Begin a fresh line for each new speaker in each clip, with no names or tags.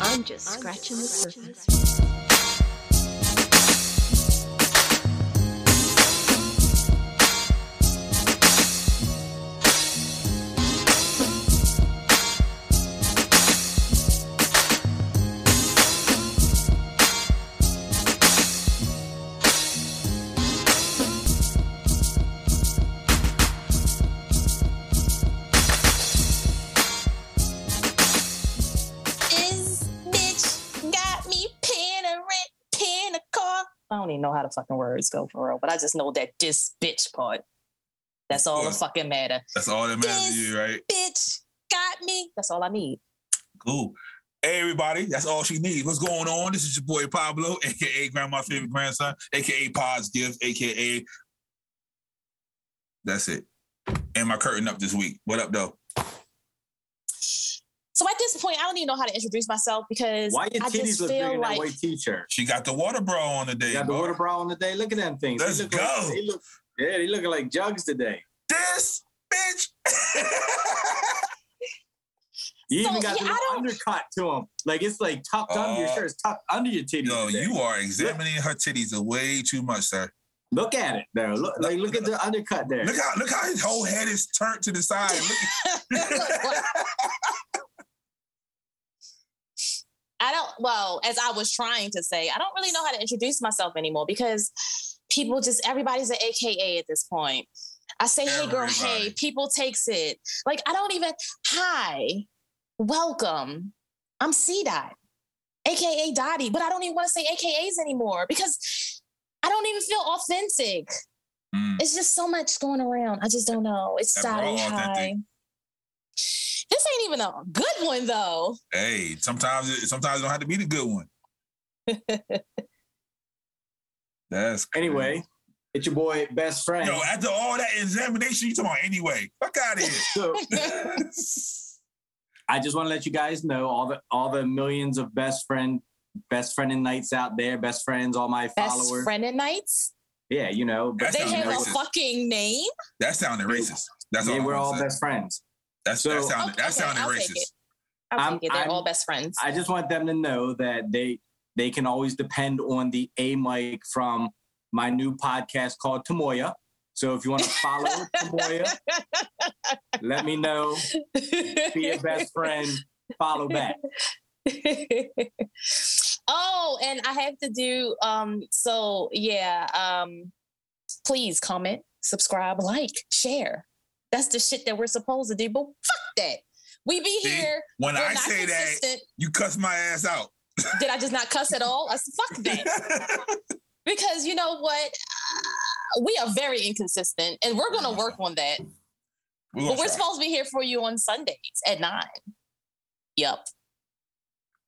I'm just scratching the surface.
This bitch got me pin a rent, pin a car. I don't even know how the fucking words go for real, but I just know that this bitch part. That's all that
Yeah.
fucking matter.
That's all that matters to you, right?
Bitch got me. That's all I need.
Cool. Hey, everybody, that's all she needs. What's going on? This is your boy Pablo, aka Grandma's favorite grandson, aka Pod's gift, aka. That's it. And my curtain up this week. What up, though?
So at this point, I don't even know how to introduce myself because
Why your
I
titties
just
look big
feel
in that
like
white t-shirt?
She got the water bra on today.
You got the
boy.
water bra on today. Look at them things.
Let's
they look
go.
Like, they look, yeah, they looking like jugs today.
This bitch.
You
So,
even got
yeah,
the
I
little
don't-
undercut to them. Like it's like tucked under your
Uh,
shirt. It's tucked under your titties.
Yo,
today.
you are examining her titties way too much, sir.
look at it there. Look, like look at the undercut there.
Look how look how his whole head is turned to the side. Look at-
I don't, well, as I was trying to say, I don't really know how to introduce myself anymore because people just, everybody's an AKA at this point. I say, hey, girl,
Everybody.
hey, people takes it. Like, I don't even, hi, welcome. I'm C Dot, AKA Dottie, but I don't even want to say AKAs anymore because I don't even feel authentic.
Mm.
It's just so much going around. I just don't know. It's
That bra
Dottie, hi.
authentic.
This ain't even a good one, though.
Hey, sometimes it sometimes it don't have to be the good one. That's crazy.
Anyway, it's your boy best friend.
Yo, after all that examination, you talking about anyway. Fuck out of here.
So I just want to let you guys know all the all the millions of best friend best friend and nights out there, best friends, all my
Best
followers.
friend at nights.
Yeah, you know,
That
best
They
sounds
have
friend
a
nights.
racist.
fucking name.
That sounded racist. That's all.
yeah,
I'm
we're
gonna
all
say.
best friends.
That's that
So-
sounded that
Okay,
sounded
I'll take
racist.
it. I'll
I'm-
take it. They're
I'm-
all best friends.
I just want them to know that they they can always depend on the A mic from my new podcast called Tamoya. So if you want to follow Tamoya, let me know. Be your best friend. Follow back.
oh, and I have to do um so yeah, um please comment, subscribe, like, share. That's the shit that we're supposed to do, but fuck that. We be
See?
here.
When
We're
I
not
say that,
consistent.
you cuss my ass out.
Did I just not cuss at all? I s- fuck that. because you know what Uh, we are very inconsistent and we're going to work on that
we're
but
gonna
we're
try.
supposed to be here for you on sundays at nine yep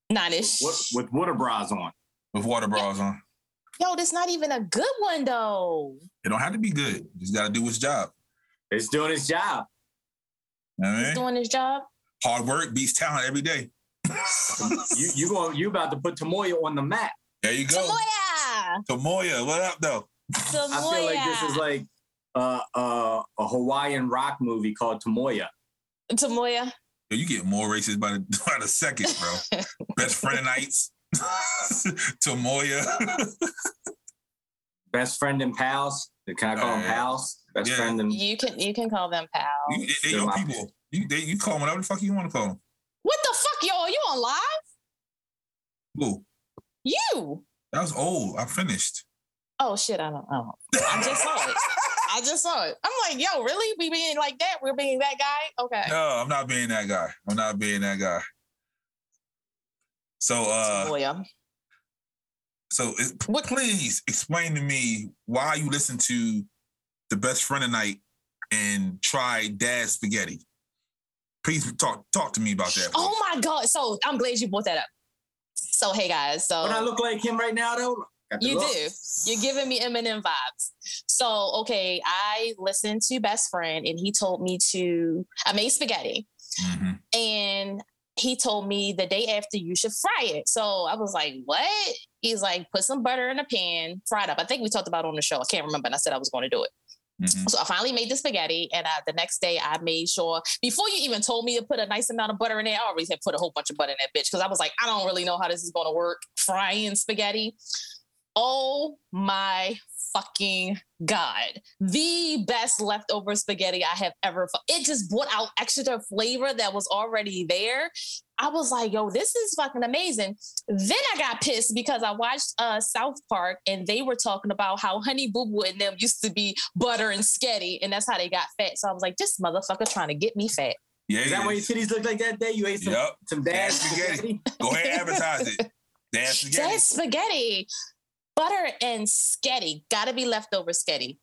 nine-ish
What, with water bras on.
with water bras on.
yo that's not even a good one though
It don't have to be good. You just gotta do its job.
It's doing its job.
You know what I
he's
mean?
doing his job
Hard work beats talent every day.
You you going you about to put Tamoya on the map.
There you go.
Samoya!
Tamoya, what up though?
Samoya!
I feel like this is like uh, uh, a Hawaiian rock movie called Tamoya.
Samoya.
Yo, you get more racist by the by the second, bro. Best friend nights. Tamoya.
Best friend and pals. Can I call them
Yeah.
pals? Best
Yeah.
friend and
You can you can call them pal.
you, they, they your people. You they, you call them whatever the fuck you want to call them.
What the fuck, yo? Are you on live?
Cool.
You?
That was old. I finished.
Oh shit! I don't. know. I just saw it. I just saw it. I'm like, yo, really? We being like that? We're being that guy? Okay.
No, I'm not being that guy. I'm not being that guy. So uh
Samoya.
So it,
What-
please explain to me why you listen to the best friend of night and try dad spaghetti. Please talk talk to me about that.
Oh my god! So I'm glad you brought that up. So hey guys, so
When I look like him right now, though, got the
you
look.
do. You're giving me Eminem vibes. So okay, I listened to Best Friend, and he told me to. I made spaghetti,
Mhm.
and he told me the day after you should fry it. So I was like, what? He's like, put some butter in a pan, fry it up. I think we talked about it on the show. I can't remember. And I said I was going to do it.
Mhm.
So I finally made the spaghetti, and uh, the next day I made sure before you even told me to put a nice amount of butter in there, I already had put a whole bunch of butter in that bitch because I was like, I don't really know how this is going to work frying spaghetti. Oh my fucking god! The best leftover spaghetti I have ever. fu- It just brought out extra flavor that was already there. I was like, yo, this is fucking amazing. Then I got pissed because I watched uh, South Park and they were talking about how Honey Boo Boo and them used to be butter and sketty, and that's how they got fat. So I was like, this motherfucker trying to get me fat.
Yeah.
Is
it
that why your
is.
titties look like that day? You ate some,
Yep.
some dad
Dad's spaghetti.
spaghetti?
Go ahead, advertise it. That's
Said
spaghetti.
spaghetti, butter and sketty, gotta be leftover sketty.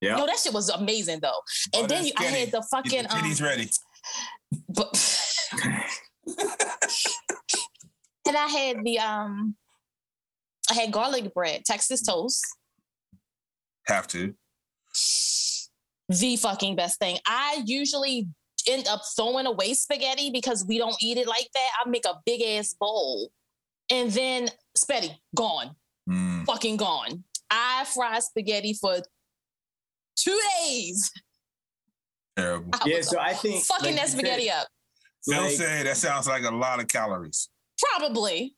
Yeah.
No, that shit was amazing though. and
Butter
then
and
you, I
spaghetti.
had the
Get
fucking
the
um,
titties ready.
but um, and I had the um, I had garlic bread, Texas toast.
Have to.
the fucking best thing. I usually end up throwing away spaghetti because we don't eat it like that. I make a big ass bowl and then spaghetti gone,
Mm.
fucking gone. I fried spaghetti for two days.
Terrible.
I
Yeah,
was
so I think
fucking
like
that
you said,
spaghetti up.
Phil
like,
said that sounds like a lot of calories.
Probably.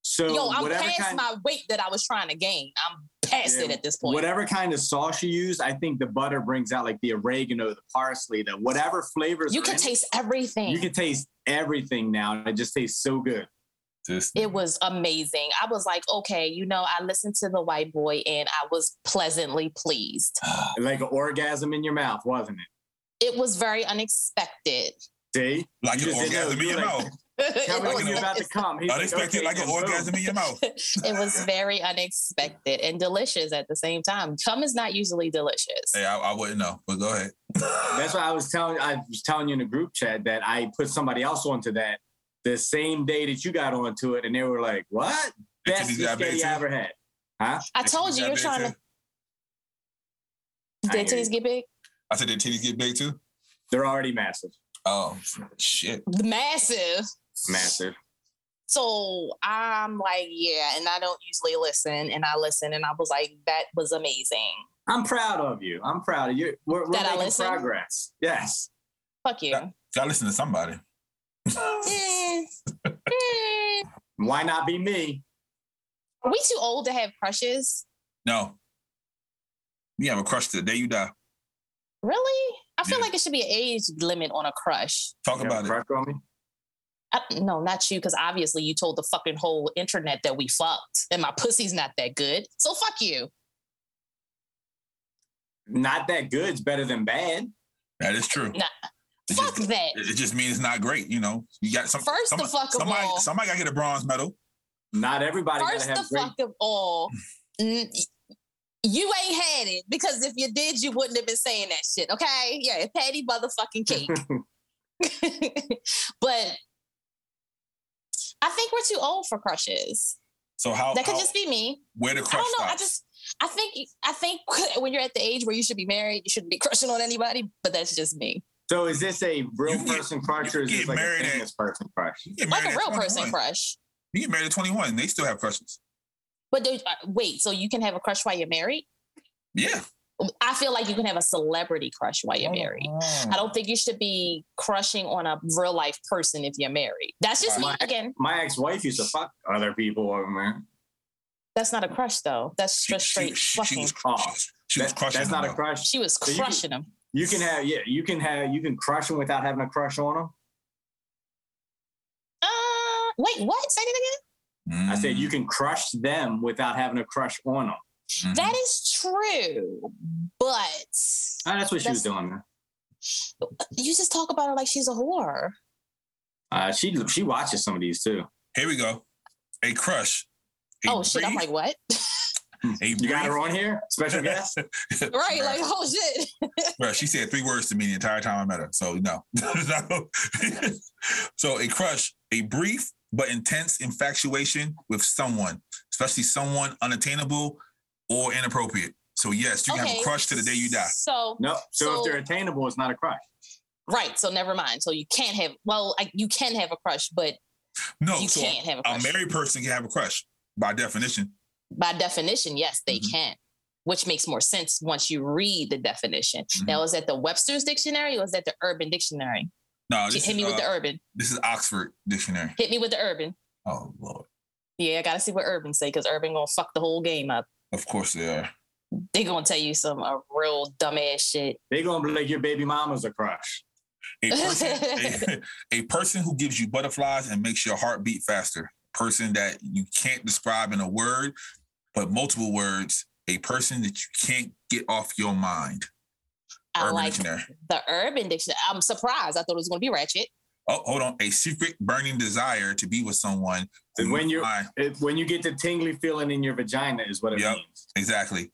so
Yo, I'm
whatever
past
kind,
my weight that I was trying to gain. I'm past
Yeah,
it at this point.
whatever kind of sauce you use, I think the butter brings out like the oregano, the parsley, the whatever flavors.
You
are
can
in it,
taste everything.
You can taste everything now, and it just tastes so good.
Just
it was amazing. I was like, okay, you know, I listened to the white boy and I was pleasantly pleased.
Like an orgasm in your mouth, wasn't it?
It was very unexpected.
See,
like
You
an orgasm
just didn't know.
in
You
your
like-
mouth.
tell
it,
me when
was,
you're about to come. He's
Unexpected,
okay,
like an
and boom.
orgasm in your mouth.
it was very unexpected and delicious at the same time. Cum is not usually delicious.
Hey, I, I wouldn't know, but go ahead.
That's why I was telling I was telling you in the group chat that I put somebody else onto that the same day that you got onto it, and they were like, "What?
They
Best
could've got big
spaghetti
too.
I ever had." Huh?
I told you, you're trying to.
I
Did
hear
titties get big?
I said their titties get big too.
They're already massive,
Oh shit!
Massive.
massive.
So I'm like, yeah, and I don't usually listen, and I listen, and I was like, that was amazing.
I'm proud of you. I'm proud of you. We're, we're
That I
making
listen?
progress. Yes.
Fuck you.
Gotta listen to somebody.
Mm. Mm.
Why not be me?
Are we too old to have crushes?
No, you have a crush the day you die.
Really? I feel
Yeah.
like it should be an age limit on a crush.
Talk
You
about
have a
it.
crush on me?
I, no, not you, because obviously you told the fucking whole internet that we fucked, and my pussy's not that good. So fuck you.
Not that good's better than bad.
That is true.
Nah.
It
Fuck
just,
that.
it just means it's not great. You know, you got some.
First
some-
the fuck of
somebody,
all.
somebody gotta get a bronze medal.
Not everybody
First the
gotta have great.
fuck of all, n- you ain't had it because if you did, you wouldn't have been saying that shit. Okay, yeah, patty motherfucking cake. but I think we're too old for crushes.
So how?
That could
Oh, how-
just be me.
where the
I
crush
don't know. I
stops?
just I think I think when you're at the age where you should be married, you shouldn't be crushing on anybody. But that's just me.
So is this a real
You get-
person crush or is
you
this
get
like a
married at-
famous person crush?
You get
like a
married at
real person
21.
crush.
You get married at twenty-one. They still have crushes.
But do, uh, wait, so you can have a crush while you're married?
Yeah.
I feel like you can have a celebrity crush while Oh, you're married. I don't think you should be crushing on a real life person if you're married. That's just me
Right.
again.
My ex-wife used to fuck other people over there.
That's not a crush though. That's
She-
just straight
she- she
fucking.
was-
Oh,
She was
that-
crushing.
that's not
them,
a
though.
crush.
she was
So you can-
crushing him.
You can have yeah, you can have you can crush them without having a crush on them.
Uh, wait, what? Say that
I
Mm.
said you can crush them without having a crush on them.
Mhm.
again. That is true, but
Ah, that's what she
That's-
was doing. man.
you just talk about her like she's a whore.
Uh, she she watches some of these too.
Here we go. A crush. A
Oh shit! I'm
brief-
like what?
a
You got her
brief-
on here, special guest.
right?
Bruh,
Like oh shit!
bruh, she said three words to me the entire time I met her. So no. No. so a crush, a brief but intense infatuation with someone, especially someone unattainable or inappropriate. So yes, you can have a crush to the day you die.
So
No, so,
So-
if they're attainable, it's not a crush.
Right. So never mind. So you can't have. Well, I, you can have a crush, but
No,
you
so
can't have a
a
crush.
married person can have a crush by definition.
By definition, yes, they
Mhm.
can. which makes more sense once you read the definition.
Mhm.
Now, is that the Webster's dictionary or is that the Urban Dictionary?
No,
She
this
hit
is,
me with
uh,
the Urban.
this is Oxford Dictionary.
Hit me with the Urban.
Oh Lord,
Yeah, I gotta see what Urban say because Urban gonna fuck the whole game up.
of course they are.
They gonna tell you some uh, real dumbass shit.
They gonna be like your baby mama's a crush.
A person, a, a person who gives you butterflies and makes your heart beat faster. Person that you can't describe in a word, but multiple words. A person that you can't get off your mind.
I
Urban
like
Dictionary.
the Urban Dictionary. I'm surprised. I thought it was gonna be ratchet.
Oh, hold on. A secret burning desire to be with someone. who
And when you're-
find-
It, when you get the tingly feeling in your vagina is what it
Yep.
means.
exactly.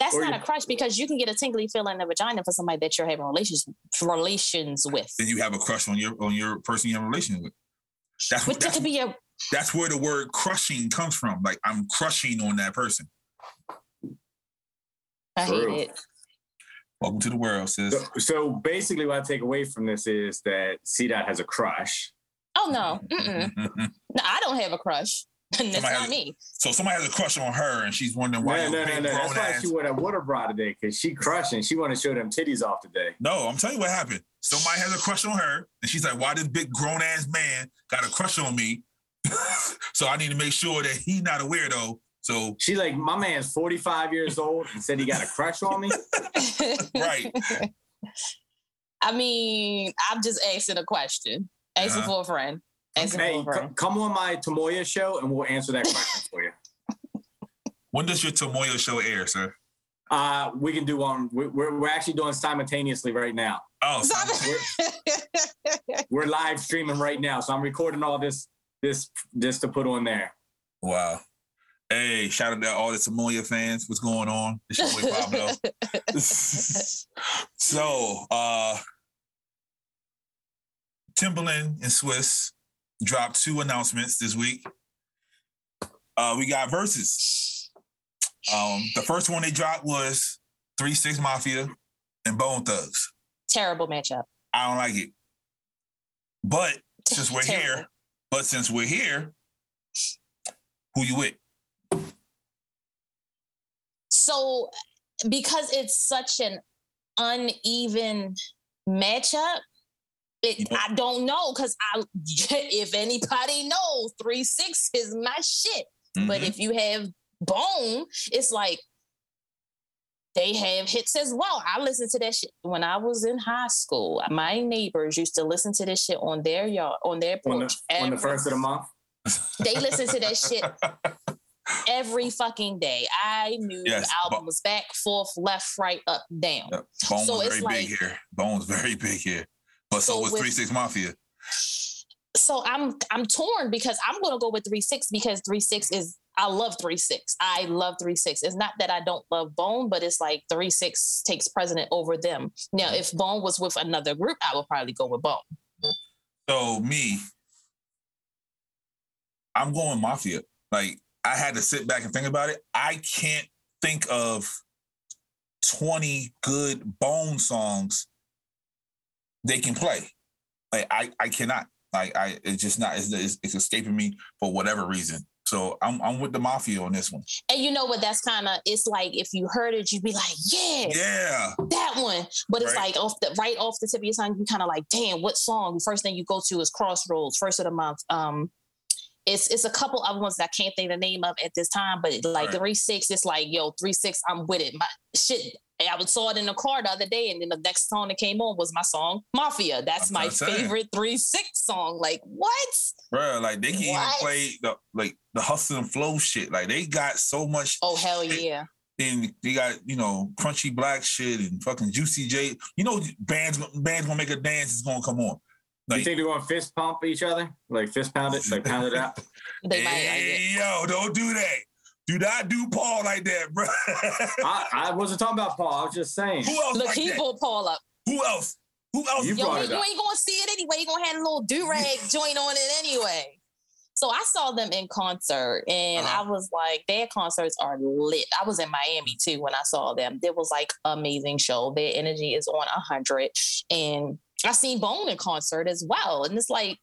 That's
Or
not
you-
a crush because you can get a tingly feeling in the vagina for somebody that you're having relations relations with.
Then you have a crush on your on your person you have a relation with. That's
But
what
that
that's,
could be a
that's where the word crushing comes from. Like I'm crushing on that person.
I
True.
hate it.
Welcome to the world, sis.
So, so basically, what I take away from this is that C dot has a crush.
Oh no.
Mm-hmm.
Mm-mm. no, I don't have a crush. That's
Somebody
not
has-
me.
so somebody has a crush on her, and she's wondering why
no,
your
no, no,
big
no. That's
grown
why
ass.
she wore that water bra today because she crushing. She want to show them titties off today.
No, I'm telling you what happened. Somebody has a crush on her, and she's like, "Why this big grown ass man got a crush on me?" so I need to make sure that he's not a weirdo. So
She like, my man's 45 years old and said he got a crush on me.
right,
I mean, I'm just asking a question. Asking for
Uh-huh.
a friend. Asking
hey,
for a
c-
friend.
come on my Tamoya show and we'll answer that question for you.
when does your Tomoyo show air, sir?
Uh, we can do one. We- We're, we're actually doing simultaneously right now.
Oh,
Stop
so-
We're live streaming right now, so I'm recording all this this this to put on there.
wow. Hey, shout out to all the Tomoyo fans. What's going on? It's your boy Pablo. so, uh, Timberland and Swiss dropped two announcements this week. Uh, we got verses. Um, the first one they dropped was Three Six Mafia and Bone Thugs.
Terrible matchup.
I don't like it, but since we're
Terrible.
here, but since we're here, who you with?
So because it's such an uneven matchup, it,
Yeah.
I don't know because I if anybody knows, three six is my shit.
Mm-hmm.
But if you have Bone, it's like they have hits as well. I listened to that shit when I was in high school. My neighbors used to listen to this shit on their yard, on their
On the,
porch.
on the
every-
first of the month.
they listen to that shit every fucking day. I knew
Yes,
album
but-
was back, forth, left, right, up, down.
Yep. Bone's
So it's
very
like-
big here. Bone's very big here. But so,
So
was
with-
Three Six Mafia.
So I'm I'm torn because I'm gonna go with three six because three six is I love three six. I love three six. It's not that I don't love Bone, but it's like three six takes precedent over them. Now, if Bone was with another group, I would probably go with Bone.
So me, I'm going Mafia. Like I had to sit back and think about it. I can't think of 20 good Bone songs they can play. Like I, I cannot. Like I, it's just not. It's, it's, it's escaping me for whatever reason. So I'm, I'm with the Mafia on this one.
And you know what? That's kind of it's like if you heard it, you'd be like, yeah,
Yeah.
that one. But it's
Right.
like off the right off the tip of your tongue, you kind of like, damn, what song? First thing you go to is Crossroads, first of the month. Um, it's it's a couple other ones that I can't think the name of at this time, but like
Right.
three six, it's like yo three six, I'm with it. My shit. I was- saw it in the car the other day, and then the next song that came on was my song Mafia. That's
I'm
my
tryna say.
favorite three six song. Like what?
Bruh, like they can even
What?
play the like the hustle and flow shit. Like they got so much.
Oh hell
shit.
yeah!
And they got you know crunchy black shit and fucking juicy J. You know bands bands gonna make a dance. It's gonna come on.
you
Like
think they're going to fist pump each other? Like fist pound it, like pound it out?
They might. I guess.
hey, yo, don't do that. Do not do Paul like that, bro.
I, I wasn't talking about Paul. I was just saying.
Who else
Look,
like
he
that?
pulled Paul up.
Who else? Who else?
You
Yo,
brought
he-
it
you
up.
ain't gonna see it anyway. You gonna have a little do rag joint on it anyway. So I saw them in concert, and
Uh-huh.
I was like, their concerts are lit. I was in Miami too when I saw them. It was like amazing show. Their energy is on hundred, and I seen Bone in concert as well. And it's like,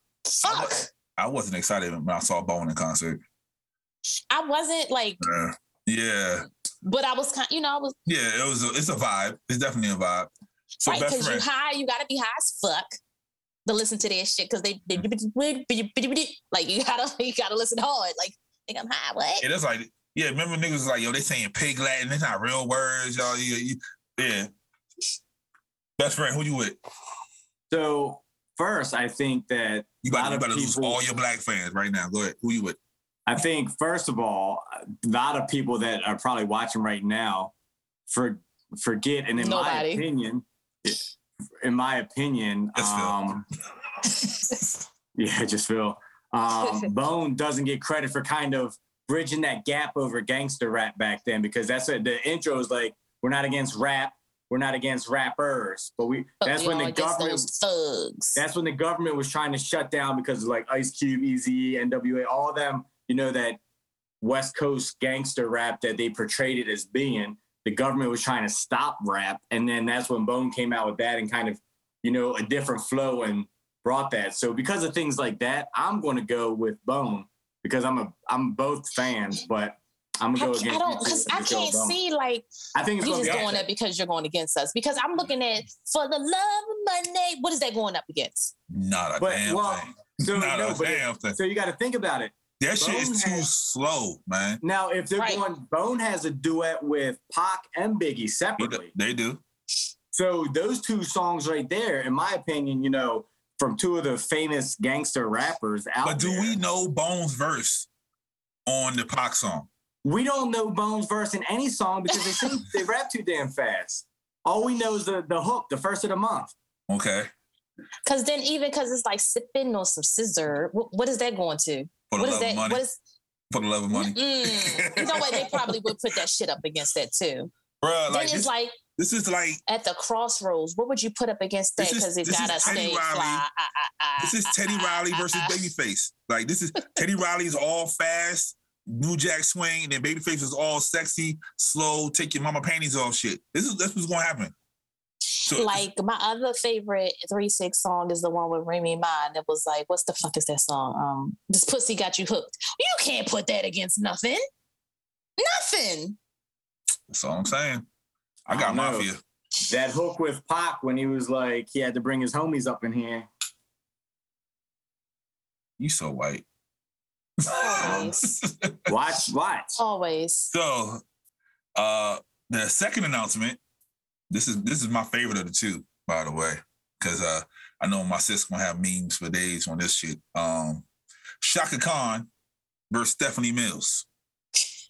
I
fuck,
was- I wasn't excited when I saw Bone in concert.
I wasn't like
bruh. Yeah,
But I was kind, you know, I was
Yeah, it was. A, it's a vibe. It's definitely a vibe. So
right
best
because you
friend.
high, you gotta be high as fuck to listen to their shit because they, they
Mm.
like you gotta you gotta listen hard. Like think I'm high, what?
Yeah, that's like yeah. Remember niggas was like yo, they saying pig Latin. It's not real words, y'all. You, you, yeah. Best friend, who you with?
So first, I think that
You about,
Lot
you
of
about to lose
people-
all your black fans right now. Go ahead. Who you with?
I think first of all, a lot of people that are probably watching right now for forget, and in
Nobody.
my opinion, in my opinion,
Just Phil.
um, yeah, just Phil. Um, Bone doesn't get credit for kind of bridging that gap over gangster rap back then because that's what the intro is like. We're not against rap. We're not against rappers, but we.
But
that's
we
when
all
the
against
government.
those thugs.
That's when the government was trying to shut down because of like Ice Cube, E Eazy, NWA, all of them, you know, that West Coast gangster rap that they portrayed it as being. The government was trying to stop rap. And then that's when Bone came out with that and kind of, you know, a different flow and brought that. So because of things like that, I'm gonna go with Bone because I'm a I'm both fans, but I'm
I,
gonna go
can't-
against
I don't because
you two and
I
just go
can't
with Bone.
see like
I think it's
you
gonna
just
be
going up because you're going against us. Because I'm looking at for the love of money. What is that going up against?
Not a
But
damn
well,
thing.
so,
Not
no,
a
but it-
damn thing.
so you gotta think about it.
That shit is too
Bonehead-
slow, man.
Now, if they're
Right.
going, Bone has a duet with Pac and
They
Biggie
do-
separately.
They do.
So those two songs right there, in my opinion, you know, from two of the famous gangster rappers out
But do
there.
we know Bones' verse on the Pac song?
We don't know Bone's verse in any song because they sing, they rap too damn fast. All we know is the, the hook, the first of the month.
Okay.
Because then even because it's like sipping on some scissor. What, what is that going to? What
For the love
is
of
that?
money.
What is?
for the love of money.
Mm, you know what? They probably would put that shit up against that too.
Bruh,
then
like
it's
this,
like
this is like
at the crossroads. What would you put up against that?
This is-
Because it
this is
gotta
Teddy
stay
Riley.
fly. Ah, ah, ah,
this is
ah,
Teddy
ah,
Riley
ah,
versus
ah.
Babyface. Like this is Teddy Riley's all fast, New Jack swing, and then Babyface is all sexy, slow, take your mama panties off shit. This is that's what's gonna happen. So
Like my other favorite three six song is the one with Remy Ma that was like, what's the fuck is that song? Um, this pussy got you hooked. You can't put that against nothing. Nothing.
that's all I'm saying. I
I
got
don't know.
mafia.
That hook with Pac when he was like, he had to bring his homies up in here.
You so white.
Always.
Watch, watch.
Always.
So, uh, the second announcement. This is this is my favorite of the two, by the way, because uh, I know my sis gonna have memes for days on this shit. Um, Shaka Khan versus Stephanie Mills,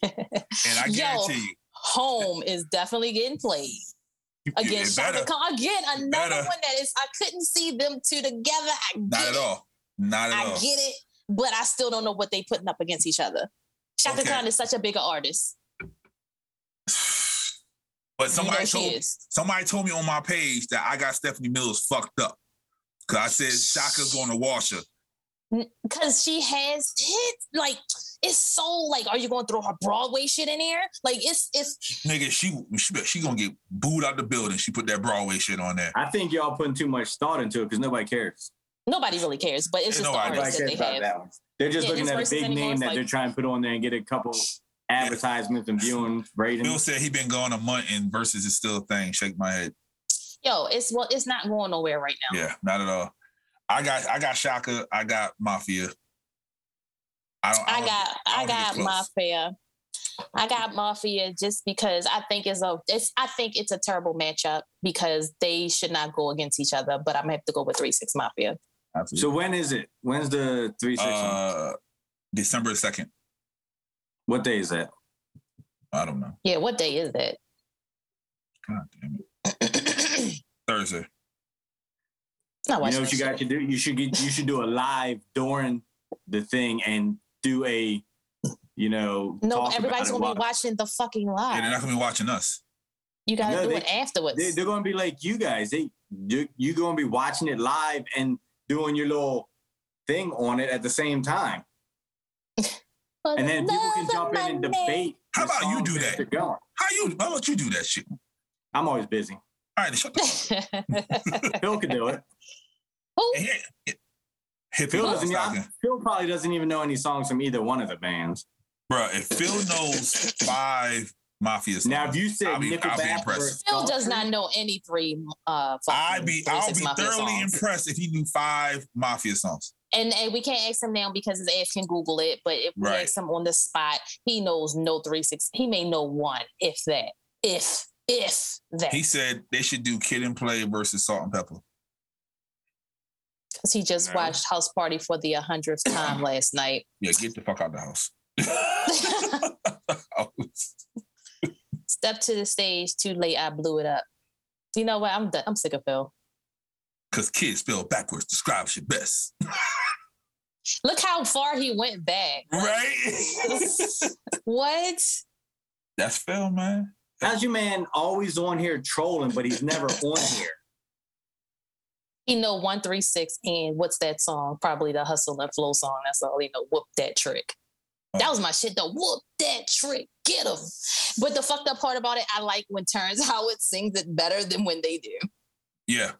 and I
Yo,
guarantee you,
Home is definitely getting played
you, you-
against
it better
Shaka Khan. Again, another
better.
one that is I couldn't see them two together. I get
not at
it.
all, not at
I
all.
get it, but I still don't know what they putting up against each other. Shaka
Okay.
Khan is such a bigger artist.
But
You know
somebody
she
told
is.
somebody told me on my page that I got Stephanie Mills fucked up because I said Shaka's gonna wash her.
because she has hits. Like it's so like, are you going to throw her Broadway shit in there? Like it's it's
Nigga, she, she she gonna get booed out the building. She put that Broadway shit on there.
I think y'all putting too much thought into it because nobody cares.
nobody really cares, but it's
Ain't
just the
nobody
Nobody
artists that
cares
they
about
have.
that one. They're just
Yeah,
looking
this
at a
versus
big
anymore
name
is
that
like-
they're trying to put on there and get a couple advertisements and viewing ratings.
Bill said he been gone a month and versus is still a thing. Shake my head.
Yo, it's well, it's not going nowhere right now.
Yeah, not at all. I got I got Shaka. I got Mafia. I don't.
I
don't-
got
I
I
don't think
got
it's close.
mafia. I got mafia just because I think it's a it's I think it's a terrible matchup because they should not go against each other. But I'm gonna have to go with three six mafia.
So when is it? When's the three six? one?
uh, December second.
what day is that?
I don't know.
Yeah, what day is that?
God damn it. Thursday.
Not
You know what you got to do? You should get you should do a live during the thing and do a you know
No,
talk about
everybody's
it
gonna
while-
be watching the fucking live.
Yeah, they're not gonna be watching us.
You gotta
No,
do
they-
it afterwards.
They, are gonna be like you guys. They you you gonna be watching it live and doing your little thing on it at the same time,
For
and
the
then people can
love of
jump in and
my name.
debate.
How
the
about you
songs
do that?
they're Going.
How you? How about you do that shit?
I'm always busy.
All right, shut the fuck up.
Phil can do it.
Who?
And here- here- Here,
Phil
people
doesn't.
stop
yeah,
it.
Phil probably doesn't even know any songs from either one of the bands.
Bruh, if Phil knows five Mafia song.
Now, if you said
I'll be- I'll be
Nickelback, or
impressed.
Phil does not know any three. Uh, fucking
I'd be
Three
I'll
Six
be
Mafia
thoroughly
songs.
impressed if he knew five Mafia songs.
And, and we can't ask him now because his ass can Google it. But if we
Right.
ask him on the spot, he knows no three six. He may know one, if that, if if that,
He said they should do Kid and Play versus Salt and Pepper.
because he just
No.
watched House Party for the hundredth time last night.
Yeah, get the fuck out the house.
Step to the stage too late. I blew it up. You know what? I'm done. I'm sick of Phil.
Cause kids spell backwards, describes your best.
Look how far he went back.
Right?
What?
That's Phil, man.
how's your man always on here trolling, but he's never on here?
He know one three six and what's that song? Probably the hustle and flow song. That's all he know. Whoop that trick. That was my shit though. Whoop that trick. Get him. But the fucked up part about it, I like when Terrence Howard sings it better than when they do.
Yeah.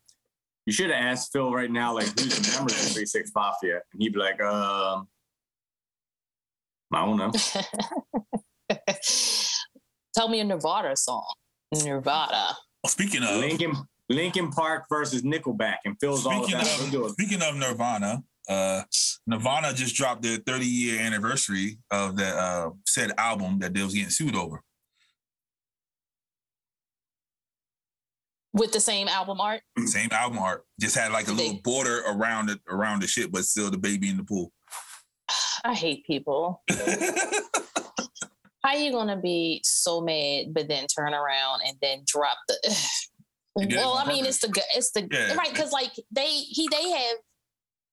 You should have asked Phil right now, like, who's a member of the 36 Mafia? And he'd be like, um, I don't know.
Tell me a Nevada song. Nevada.
Well, speaking of
Lincoln, Lincoln Park versus Nickelback. And Phil's all
speaking
about it. We'll do
of
it.
speaking of Nirvana, uh Nirvana just dropped their 30 year anniversary of that uh said album that they was getting sued over.
With the same album art.
Same album art. Just had like a
They-
little border around it around the shit, but still the baby in the pool.
I hate people. How you gonna be so mad, but then turn around and then drop the?
They did it
well,
on
I mean,
purpose.
it's the gu- it's the
Yeah.
right because like they he they have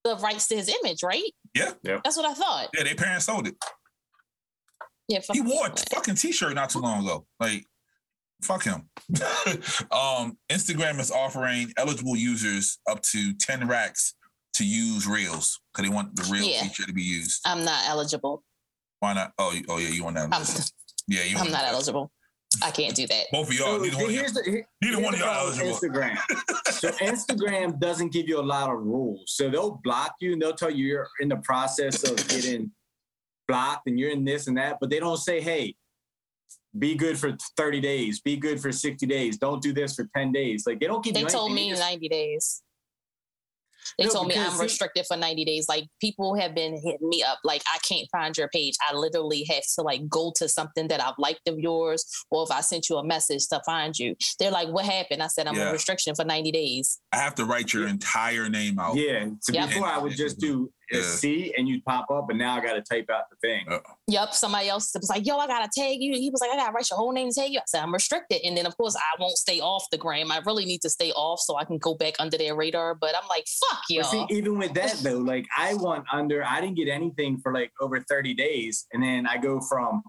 the rights to his image, right?
Yeah.
Yeah.
That's what I thought.
yeah, their parents sold it.
Yeah,
He
fuck
wore
him.
a fucking t-shirt not too long ago. Like, fuck him. um, Instagram is offering eligible users up to 10 racks to use reels. Cause they want the reel
Yeah.
feature to be used.
I'm not eligible.
Why not? Oh, you- oh yeah, you want that
I'm,
list. Yeah, you
I'm
want
not
that.
eligible. I can't do that.
Both of y'all,
So
neither one of y'all,
here's the- here-
neither one of
here's
y'all
the problem
eligible.
with Instagram. so Instagram doesn't give you a lot of rules. So they'll block you and they'll tell you you're in the process of getting blocked and you're in this and that, but they don't say, hey, be good for 30 days, be good for 60 days, don't do this for 10 days. Like they don't give
They
you
told
anything.
me
They just-
90 days. They
No,
told me
because
I'm
see-
restricted for 90 days. Like people have been hitting me up. Like I can't find your page. I literally have to like go to something that I've liked of yours, or if I sent you a message to find you. They're like, "What happened?" I said, "I'm
Yeah.
on restriction for 90 days."
I have to write your entire name out.
Yeah. So
Yep.
before I would just do a
Yeah.
C and you'd pop up, and now I got to type out the thing.
Uh,
Yep. Somebody else was like, "Yo, I gotta tag you." He was like, "I gotta write your whole name and tag you." I said, "I'm restricted," and then of course I won't stay off the gram. I really need to stay off so I can go back under their radar. But I'm like, "Fuck
But
y'all."
see, even with that though, like I went under, I didn't get anything for like over 30 days. And then I go from,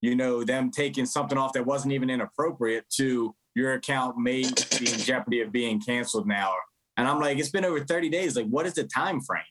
you know, them taking something off that wasn't even inappropriate to your account may be in jeopardy of being canceled now. And I'm like, it's been over 30 days. Like, what is the time frame?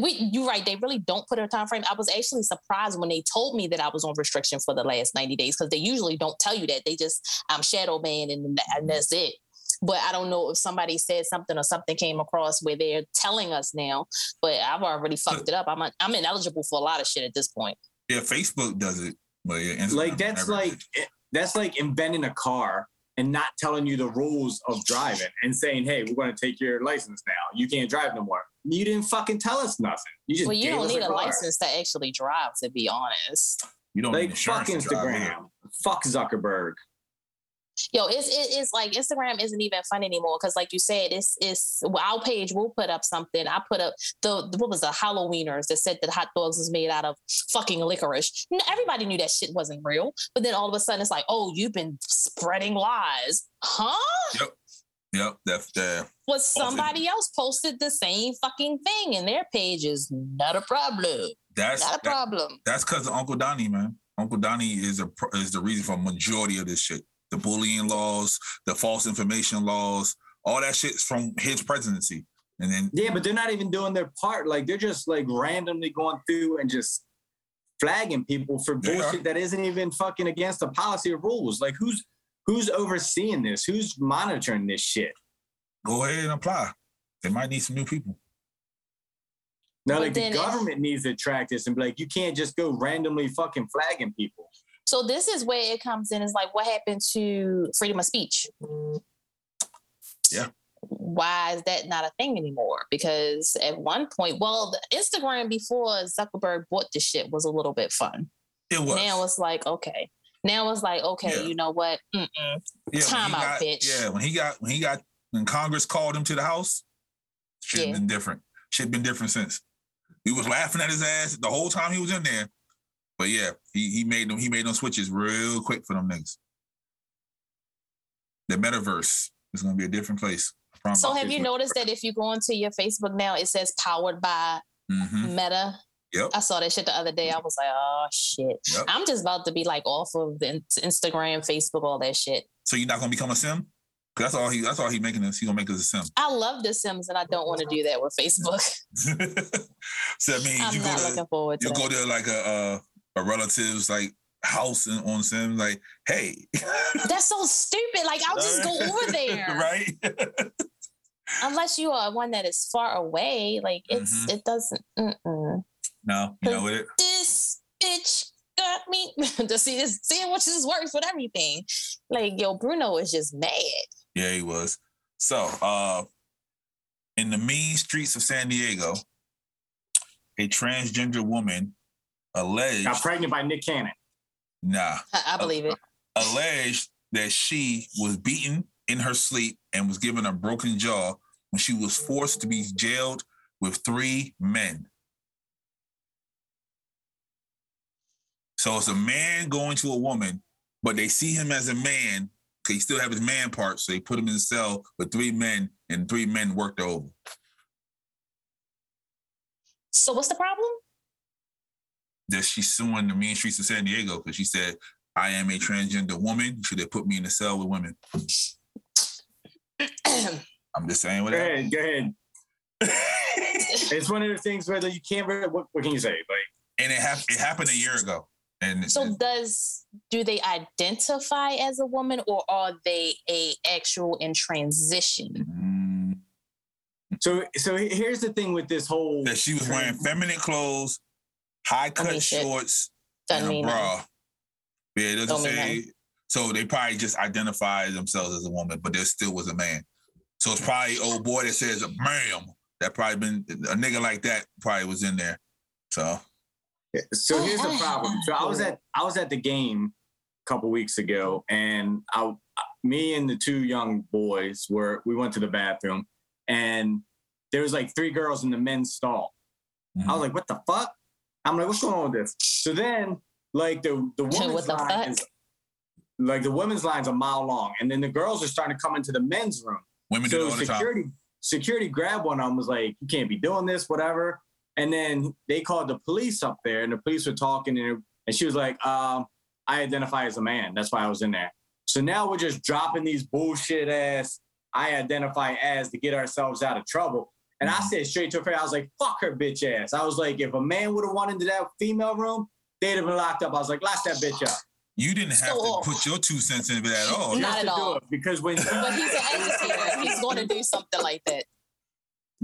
we you right they really don't put a time frame i was actually surprised when they told me that i was on restriction for the last 90 days because they usually don't tell you that they just i'm shadow banned and, and that's it but i don't know if somebody said something or something came across where they're telling us now but i've already fucked it up i'm un- i'm ineligible for a lot of shit at this point
yeah, Facebook does it. But yeah, Instagram
Like that's
never
like eh,
did.
that's like inventing a car and not telling you the rules of driving and saying, hey, we're going to take your license now. You can't drive no more. You didn't fucking tell us nothing. You just
well you
gave
don't
us
need a
car.
license to actually drive to be honest
you don't need
Like fuck
insurance to drive either.
Instagram. Fuck Zuckerberg.
yo, it's it, it's like Instagram isn't even fun anymore because, like you said, it's it's well, our page will put up something. I put up the the- what was the Halloweeners that said that hot dogs was made out of fucking licorice. No, everybody knew that shit wasn't real, but then all of a sudden it's like, oh, you've been spreading lies, huh?
Yep, that's that.
But somebody else posted the same fucking thing, and their page is not a problem,
That's
not a
that-
problem.
That's because of Uncle Donnie, man. Uncle Donnie is a pro- is the reason for majority of this shit. The bullying laws, the false information laws, all that shit's from his presidency. And then
Yeah, but they're not even doing their part. Like they're just like randomly going through and just flagging people for
They are.
bullshit that isn't even fucking against the policy or rules. Like who's who's overseeing this? Who's monitoring this shit?
go ahead and apply. They might need some new people.
Now,
Well,
like the
then if-
government needs to track this and be like, you can't just go randomly fucking flagging people.
So this is where it comes in is like what happened to freedom of speech?
Yeah.
Why is that not a thing anymore? Because at one point, well, the Instagram before Zuckerberg bought the shit was a little bit fun.
It was.
Now it's like, okay. Now it's like, okay,
Yeah.
you know what? Mm-mm.
yeah, when
time
he
out,
got-
bitch.
Yeah, when he got when he got when Congress called him to the House, shit
Yeah.
been different. Shit been different since. We was laughing at his ass the whole time he was in there. But yeah, he, he made them he made them switches real quick for them niggas. The metaverse is gonna be a different place. I promise.
So have you noticed that if you go into your Facebook now, it says powered by
Mhm.
Meta?
Yep.
I saw that shit the other day. I was like, oh shit.
Yep.
I'm just about to be like off of the in- Instagram, Facebook, all that shit.
So you're not gonna become a sim? 'Cause That's all he that's all he making us. He gonna make us a sim.
I love The Sims, and I don't want to do that with Facebook.
so that means
I'm
you go
not
to
looking forward to
you
that.
go to like a a, a relative's like house in, on Sims, like, hey,
That's so stupid. Like I'll just go over there,
right?
unless you are one that is far away. Like it's
Mhm.
it doesn't. Mm-mm.
no, you know it.
This bitch got me to see this. Seeing which this works with everything. Like yo, Bruno is just mad.
Yeah, he was. So, uh, in the mean streets of San Diego, a transgender woman alleged,
Got pregnant by Nick Cannon.
nah,
I, I believe it.
alleged that she was beaten in her sleep and was given a broken jaw when she was forced to be jailed with three men. So it's a man going to a woman, but they see him as a man because he still have his man part. So they put him in a cell with three men, and three men worked her over.
So what's the problem?
That she's suing the mean streets of San Diego because she said, "I am a transgender woman. You should have put me in a cell with women." I'm just saying what
Go
happened.
ahead, go ahead. It's one of the things where you can't. Really, what, what can you say? Like,
and it, hap- it happened a year ago. And it-
so does do they identify as a woman or are they a actual in transition?
Mm,
so, so here's the thing with this whole.
that she was wearing feminine clothes, high cut
I mean, shit.
shorts,
Doesn't
and a
mean
bra. Yeah, it doesn't
Don't mean
say. So they probably just identify themselves as a woman, but there still was a man. So it's probably old boy that says ma'am. That probably been a nigga like that probably was in there. So
So here's the problem. So I was at I was at the game a couple weeks ago, and I, me and the two young boys were we went to the bathroom, and there was like three girls in the men's stall.
Mm-hmm.
I was like, "What the fuck?" I'm like, "What's going on with this?" So then, like the the women's
What the
line
fuck?
is like the women's line's a mile long, and then the girls are starting to come into the men's room
women do
so
it all the time.
security security grabbed one of them was like you can't be doing this whatever and then they called the police up there and the police were talking and, it- and she was like um, i identify as a man that's why i was in there so now we're just dropping these bullshit ass i identify as to get ourselves out of trouble and
Mm-hmm.
I said straight to her face, I was like, fuck her bitch ass. I was like, if a man would have went into that female room, they'd have been locked up. I was like, lock that bitch up.
You didn't have
So-
to put your two cents in it at all.
Not
Just
at
to do
all.
it, Because when
But he's an educator. He's going to do something like that.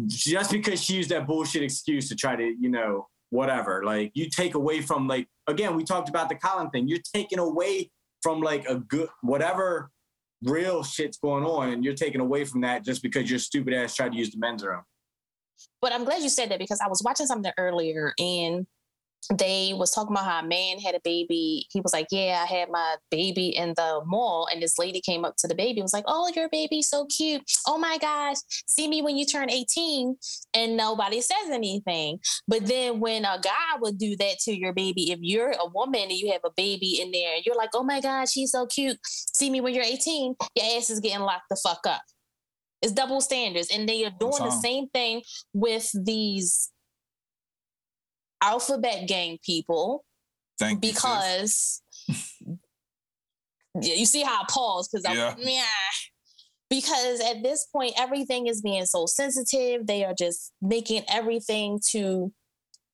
just because she used that bullshit excuse to try to, you know, whatever. Like you take away from like again, we talked about the Colin thing. You're taking away from like a good whatever real shit's going on, and you're taking away from that just because your stupid ass tried to use the men's room.
But I'm glad you said that because I was watching something earlier and they was talking about how a man had a baby. He was like, "Yeah, I had my baby in the mall," and this lady came up to the baby and was like, "Oh, your baby's so cute. Oh my gosh, see me when you turn 18." And nobody says anything. But then when a guy would do that to your baby, if you're a woman and you have a baby in there, you're like, "Oh my gosh, she's so cute. See me when you're 18." Your ass is getting locked the fuck up. It's double standards, and they are doing the
time.
same thing with these alphabet gang people
Thank you, sis.
because yeah, you see how I paused because I'm
Yeah.
yeah. Because at this point, everything is being so sensitive. They are just making everything to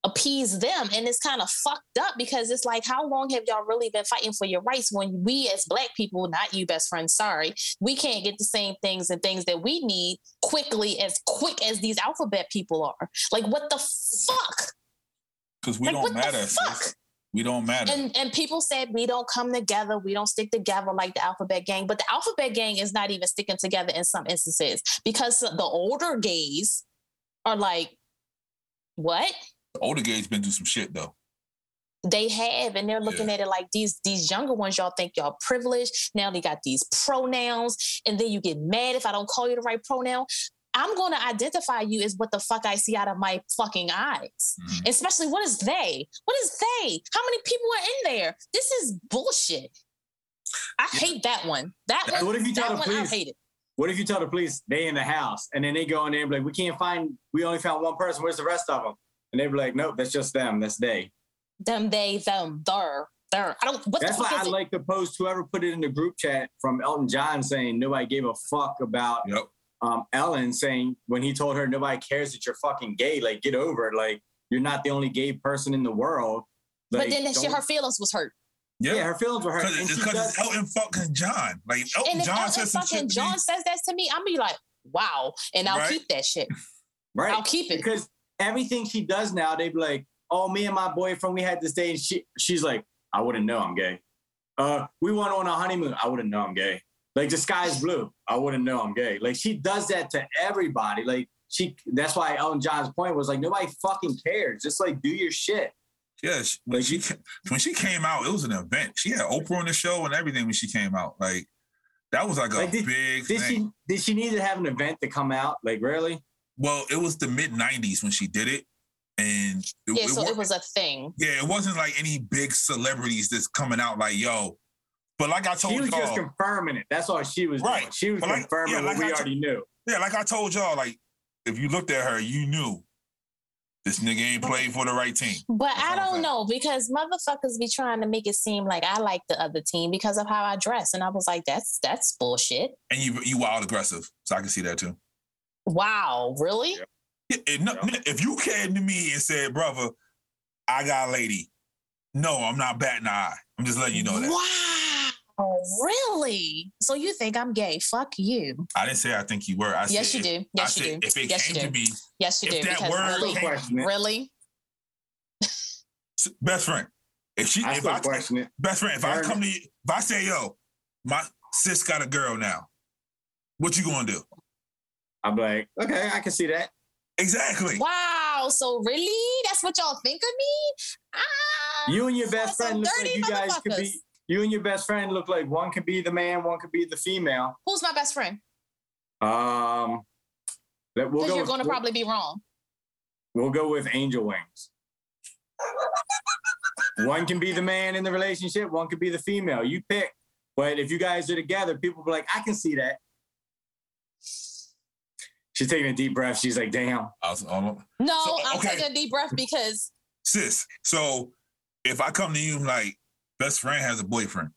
appease them. And it's kind of fucked up because it's like, how long have y'all really been fighting for your rights when we as black people, not you, best friend, sorry, we can't get the same things and things that we need quickly as quick as these alphabet people are. Like, what the fuck?
because we
like,
don't
what
matter.
the
sis.
fuck?
We don't matter.
And and people said we don't come together, we don't stick together like the alphabet gang. But the alphabet gang is not even sticking together in some instances because the older gays are like, what?
the older gay's been through some shit though.
they have and they're looking at it like these these younger ones y'all think y'all privileged now they got these pronouns and then you get mad if i don't call you the right pronoun i'm going to identify you as what the fuck i see out of my fucking eyes
Mhm.
especially what is they what is they how many people are in there this is bullshit i
Yeah.
hate that one that
That-
one
What if you try
that
to
one
please?
i hate it
What if you tell the police they in the house and then they go in there and be like, we can't find, we only found one person. Where's the rest of them? And they be like, nope, that's just them. That's they.
them they them their their i don't what
That's
the
why
fuck
I
is it?
like the post. Whoever put it in the group chat from Elton John saying nobody gave a fuck about
Yep.
um, Ellen saying when he told her nobody cares that you're fucking gay. Like get over it. Like you're not the only gay person in the world.
but
Like,
then that shit,
don't-
her feelings was hurt
yeah.
Yeah.
her feelings were hurt.
Because
And
it's
she
because
does,
it's Elton fucking John. Like if Elton
and if
John
Elton
says some shit.
fucking
to
John
me,
says that to me, I'm be like, wow, and I'll
Right?
keep that shit.
right.
I'll keep it.
because everything she does now, they be like, "Oh, me and my boyfriend, we had this day," and she she's like, "I wouldn't know I'm gay." Uh, we went on a honeymoon. I wouldn't know I'm gay. Like the sky's blue. I wouldn't know I'm gay. Like she does that to everybody. Like she. That's why Ellen John's point was like, nobody fucking cares. Just like do your shit.
yeah, she, when she ca- when she came out, it was an event. She had Oprah on the show and everything when she came out. Like that was like a
Like, did-
big thing.
Did she? Did she need to have an event to come out? Like really?
well, it was the mid '90s when she did it, and it,
Yeah, so
wa-
it was a thing.
yeah, it wasn't like any big celebrities that's coming out like yo. But like I told
She was
y'all,
just confirming it. That's all she was. Right.
Right.
She was
But like-
confirming
yeah, like
what
I
we
t-
already knew.
yeah, like I told y'all, like if you looked at her, you knew this nigga ain't played for the right team.
But I
That's all I'm
don't
saying.
know because motherfuckers be trying to make it seem like I like the other team because of how I dress. And I was like, that's that's bullshit.
And you you wild aggressive, so I can see that too.
Wow, really?
Yeah.
Yeah, and no- If you came to me and said, brother, I got a lady, no, I'm not batting an eye. I'm just letting you know that.
Wow, Oh, really? So you think I'm gay? Fuck you.
I didn't say I think you were. I
yes,
said,
you
if-
do. Yes,
I
you
said,
do.
if it
Yes, you
came
do.
to me,
Yes, you do.
if that
because
word
Still
really,
came-
question it.
really?
s- best friend, if she,
I
if
still
I,
question it.
best friend, if I
Heard.
come to you, if I say, yo, my sis got a girl now, what you gonna do?
I'm like, okay, I can see that.
Exactly.
Wow, Oh, so really? That's what y'all think of me? Ah,
You and your best
Some
friend look like
dirty
you guys could
motherfuckers.
be. You and your best friend look like one could be the man, one could be the female.
Who's my best friend?
Um, let-
Because
we'll go.
you're going
With,
to
we'll-
probably be wrong.
we'll go with angel wings. one can be the man in the relationship. One could be the female. You pick. But if you guys are together, people be like, I can see that. She's taking a deep breath. She's like, damn.
I was, all-
No,
So,
I'm
okay.
taking a deep breath because
sis, so if I come to you and like, best friend has a boyfriend,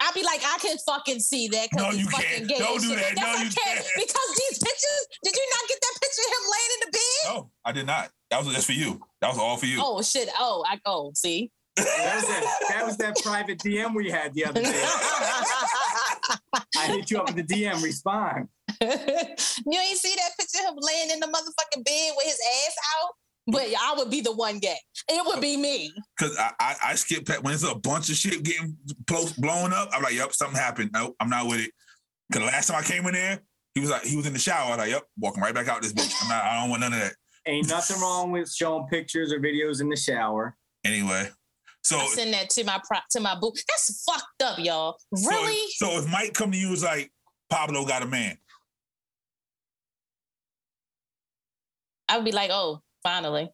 I'll be like, I can fucking see that because
No,
he's
you
fucking
can't.
gay.
Don't
and
do
shit.
that.
Yes,
No,
I
you
can.
can't.
Because these pictures, did you not get that picture of him laying in the bed?
no, I did not. That was just for you. That was all for you.
Oh, shit. Oh, I oh, see?
That was that, that was that private DM we had the other day. I hit you up with the DM respond.
you ain't see that picture of him laying in the motherfucking bed with his ass out? But I would be the one gay. It would be me.
Cause I, I, I skip past when it's a bunch of shit getting blow- blown up. I'm like, yep, something happened. No, I'm not with it. Cause the last time I came in there, he was like, he was in the shower. I'm like, yep, walking right back out this bitch. I'm not, I don't want none of that.
Ain't nothing wrong with showing pictures or videos in the shower.
Anyway, so
I send that to my prop to my boo. That's fucked up, y'all.
so-
Really?
So, if Mike come to you is like, Pablo got a man.
I would be like, oh, finally.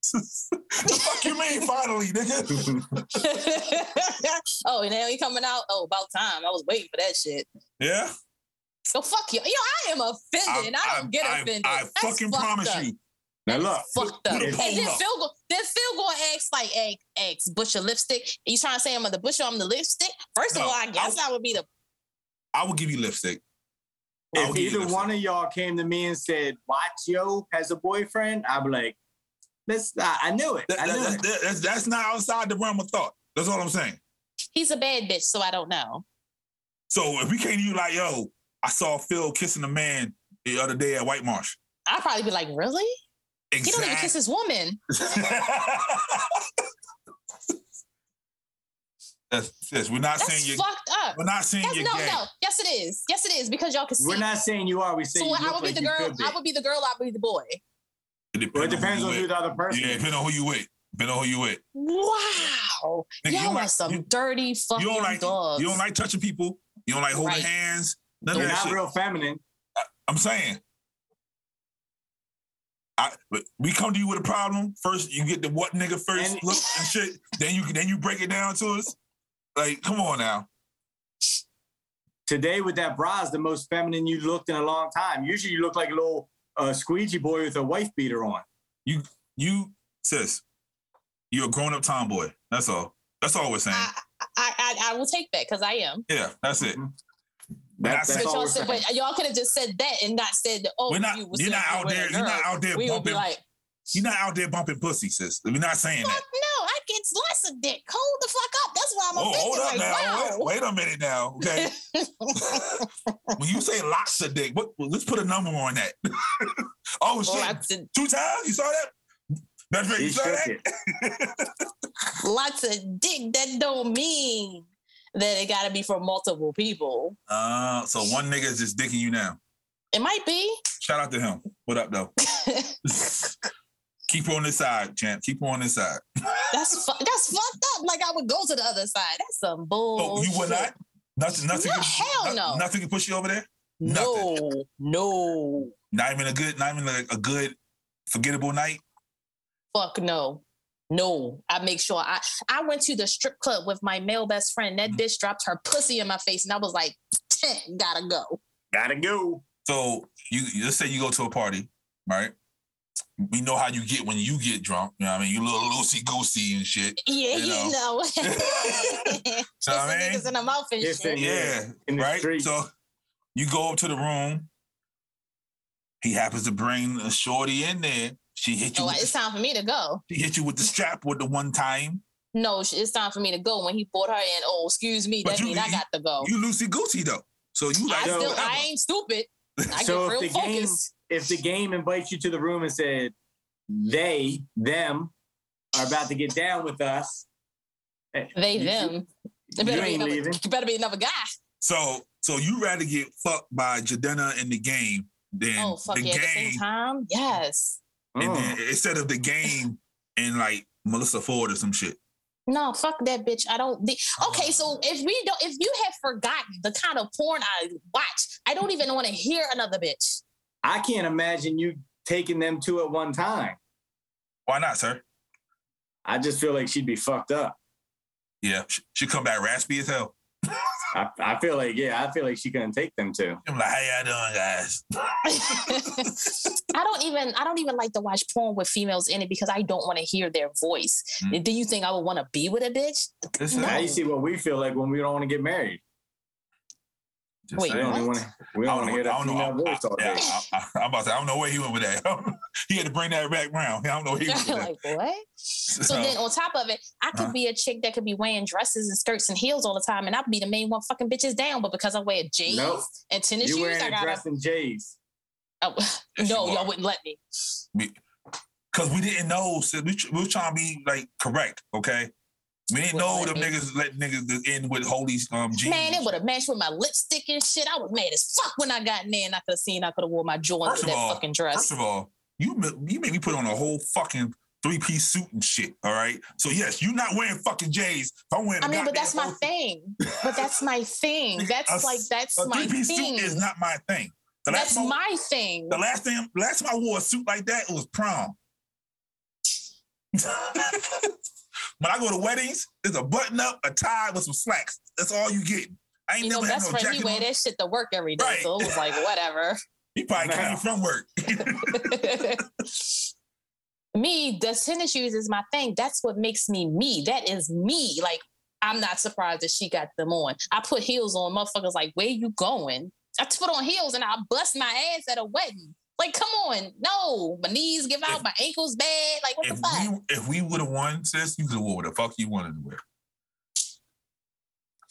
Fuck you mean finally, nigga.
oh, and now he coming out. Oh, about time. I was waiting for that shit.
Yeah,
So fuck you. Yo, I am offended. and I don't get offended.
I,
That's
fucking
fucked
promise
up.
you.
Now look,
Fucked up.
Put a
And
poll
then
up.
Phil, go- then Phil gonna ask like, egg, eggs, butcher lipstick. You trying to say I'm the butcher? I'm the lipstick. First
No,
of all, I guess I, would be the.
I will give you lipstick. I'll
if
give you
either
lipstick.
one of y'all came to me and said, "Watch yo has a boyfriend," I'd be like, "Let's." I, I knew it.
That-
I
that-
knew
that-
it.
that- that's, that's not outside the realm of thought. That's all I'm saying.
He's a bad bitch, so I don't know.
So if we came to you like, yo, I saw Phil kissing a man the other day at White Marsh.
I'd probably be like, really? He don't even kiss
Exactly.
his woman.
Yes, yes. We're not
That's
saying you're.
fucked up.
We're not saying
That's,
you're
no,
gay.
no. Yes, it is. Yes, it is because y'all can see.
We're not saying you are. We say
so
you
I would
look
be
like
the
you
girl.
could be.
I would be the girl. I would be the boy.
Well, it depends on who the other person.
Yeah,
is.
depending on who you with. Depending on who you with.
Wow.
Nigga, you
y'all
don't
are
like-
some
you-
dirty fucking
You don't like.
dogs.
You don't like touching people. You don't like holding
Right.
hands. None
You're
of that
not
shit.
real feminine.
I'm saying. I, but we come to you with a problem first. You get the what nigga first
And-
look and shit. Then you then you break it down to us. Like, come on now.
Today with that bra is the most feminine you looked in a long time. Usually you look like a little uh, squeegee boy with a wife beater on.
You sis, you're a grown up tomboy. That's all. That's all we're saying.
I, I, I, I will take that because I am.
yeah, that's it.
That-
That's
that's
but,
all
y'all
we're
said,
saying.
but y'all could have just said that and not said, "Oh,
We're not-
you was
you're not
saying
out
were a
there- you're not
girl."
out there
We would be
bumping-
like,
You're not out there bumping pussy, sis. We're not saying
"Fuck
that.
no, I get lots of dick. Hold the fuck up. That's why I'm
Oh,
offended.
hold up
like,
now.
wow.
Wait, wait a minute now. Okay. when you say lots of dick, what, let's put a number on that. oh shit.
Lots of,
Two times? You saw that? That's right. You
He
saw
shook
that?
it.
lots of dick. That don't mean that it got to be for multiple people.
Uh, so one nigga is just dicking you now.
It might be.
Shout out to him. What up, though? Keep her on this side, champ. Keep her on this side.
That's fu- that's fucked up. Like I would go to the other side. That's some bull.
Oh, you would not? Nothing, nothing.
No, hell
no-
no.
Nothing can push you over there.
No, no,
Not even a good, not even like a good, forgettable night.
fuck no, no. I make sure I I went to the strip club with my male best friend. That bitch dropped her pussy in my face, and I was like, "Tch, gotta go.
Gotta go.
So you you- let's say you go to a party, right? We know how you get when you get drunk. You know what I mean? You little loosey goosey and shit.
Yeah,
You
you know,
So I mean?
niggas in the mouth and
Kissing
shit.
Yeah,
in the
right.
street.
So you go up to the room. He happens to bring a shorty in there. She hit you.
No,
with
it's
the,
time for me to go.
she hit you with the strap with the one time.
No, sh- it's time for me to go. When he brought her in, oh, excuse me,
But
that
you-
means I
you-
got to go.
You loosey goosey though. So you
Oh. I
like
yo,
still,
whatever.
I ain't stupid. I
So
get real
if the game-
focused.
If the game invites you to the room and said they them are about to get down with us,
They
You-
them.
you
It better be,
ain't
another,
leaving.
it better be another guy.
So so you rather get fucked by Jadena in the game than
oh fuck
the
yeah! At the
game
same time, yes.
and
Mm.
then, instead of the game and like Melissa Ford or some shit.
No, fuck that bitch. I don't. thi- okay, so if we don't, if you have forgotten the kind of porn I watch, I don't even want to hear another bitch.
I can't imagine you taking them two at one time.
Why not, sir?
I just feel like she'd be fucked up.
Yeah, she, she come back raspy as hell.
I, I feel like yeah, I feel like she couldn't take them two.
I'm like, how y'all doing, guys?
I don't even. I don't even like to watch porn with females in it because I don't want to hear their voice.
Mm.
Do you think I would want to be with a bitch?
This
Now you
is-
see what we feel like when we don't want to get married.
just
Wait,
We
saying.
don't
what?
want to. We don't want to hear that female
I,
voice all
yeah,
day.
I, I, I'm about to. say, I don't know where he went with that. he had to bring that back round. I don't know where he went with
like
that.
what? So then on top of it, I could
Uh-huh.
be a chick that could be wearing dresses and skirts and heels all the time, and I'd be the main one fucking bitches down. But because I wear jeans
Nope.
and tennis
You
shoes,
wearing
I
a
gotta
dress and J's.
oh,
Yes,
no,
you are.
y'all wouldn't let me.
Cause we didn't know. So we, we was trying to be like correct, okay? We didn't know
Well,
them
I mean-
niggas let niggas in with holy um jeans.
Man, it would have matched with my lipstick and shit. I was mad as fuck when I got in there and I could have seen I could have worn my Jordans
First
with that
of all,
fucking dress.
First of all, you ma- you made me put on a whole fucking three piece suit and shit. All right. So yes, you're not wearing fucking J's. If I'm wearing,
I mean, but that's my
thing.
thing. But that's my thing.
A
That's
s-
like that's
A
my
three piece
thing.
suit is not my thing. The
That's
last time I-
my thing.
the last thing last time I wore a suit like that it was prom. when I go to weddings, it's a button up, a tie with some slacks. That's all you get. I ain't
You know,
never had
best
no
friend, he
jacket.
wear
on.
that shit to work every day.
Right.
So it was like, whatever.
He probably
Nah.
came from work.
me, the tennis shoes is my thing. That's what makes me me. That is me. Like, I'm not surprised that she got them on. I put heels on. Motherfuckers, like, where you going? I put on heels and I bust my ass at a wedding. Like, come on. No, my knees give out, my ankles bad. Like, what
if
the fuck?
we if we would have won, sis, you could have wore whatever the fuck you wanted to wear.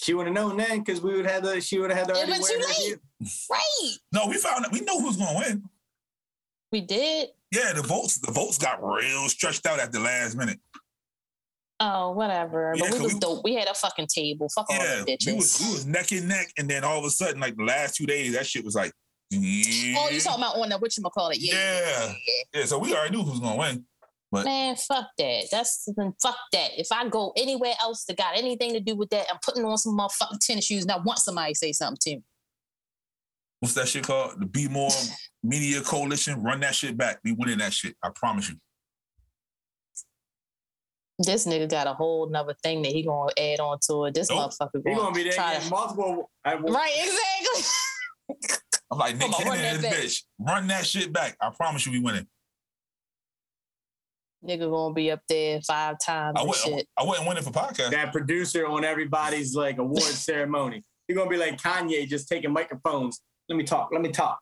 She would have known then because we would have the. She would have had the.
It
already
was too
wearing it.
late. Right.
No, we found out we know who's gonna win.
We did.
Yeah, the votes the votes got real stretched out at the last minute.
Oh, whatever.
Yeah,
but we
'cause
was
we-
dope. We had a fucking table. Fuck all
Yeah,
them
we was, we
bitches.
was neck and neck, and then all of a sudden, like the last two days, that shit was like, yeah.
Oh, you talking about on the whatchamacallit? Yeah.
Yeah. yeah. So we already knew who was gonna win.
Man, fuck that. That's fuck that. If I go anywhere else that got anything to do with that, I'm putting on some motherfucking tennis shoes and I want somebody to say something to me.
What's that shit called? The Be More Media Coalition. Run that shit back. We winning that shit. I promise you.
This nigga got a whole nother thing that he gonna add on to it. This
Nope.
motherfucker
He gonna be there
try
getting
to-
multiple. at one-
Right, exactly.
I'm like Nick
Come on, run
Cannon and
that
this
back.
bitch. Run that shit back. I promise you, we winning.
nigga gonna be up there five times
I
and
wouldn't.
shit.
I wouldn't win it for podcast.
That producer on everybody's like award ceremony. He gonna be like Kanye, just taking microphones. Let me talk. Let me talk.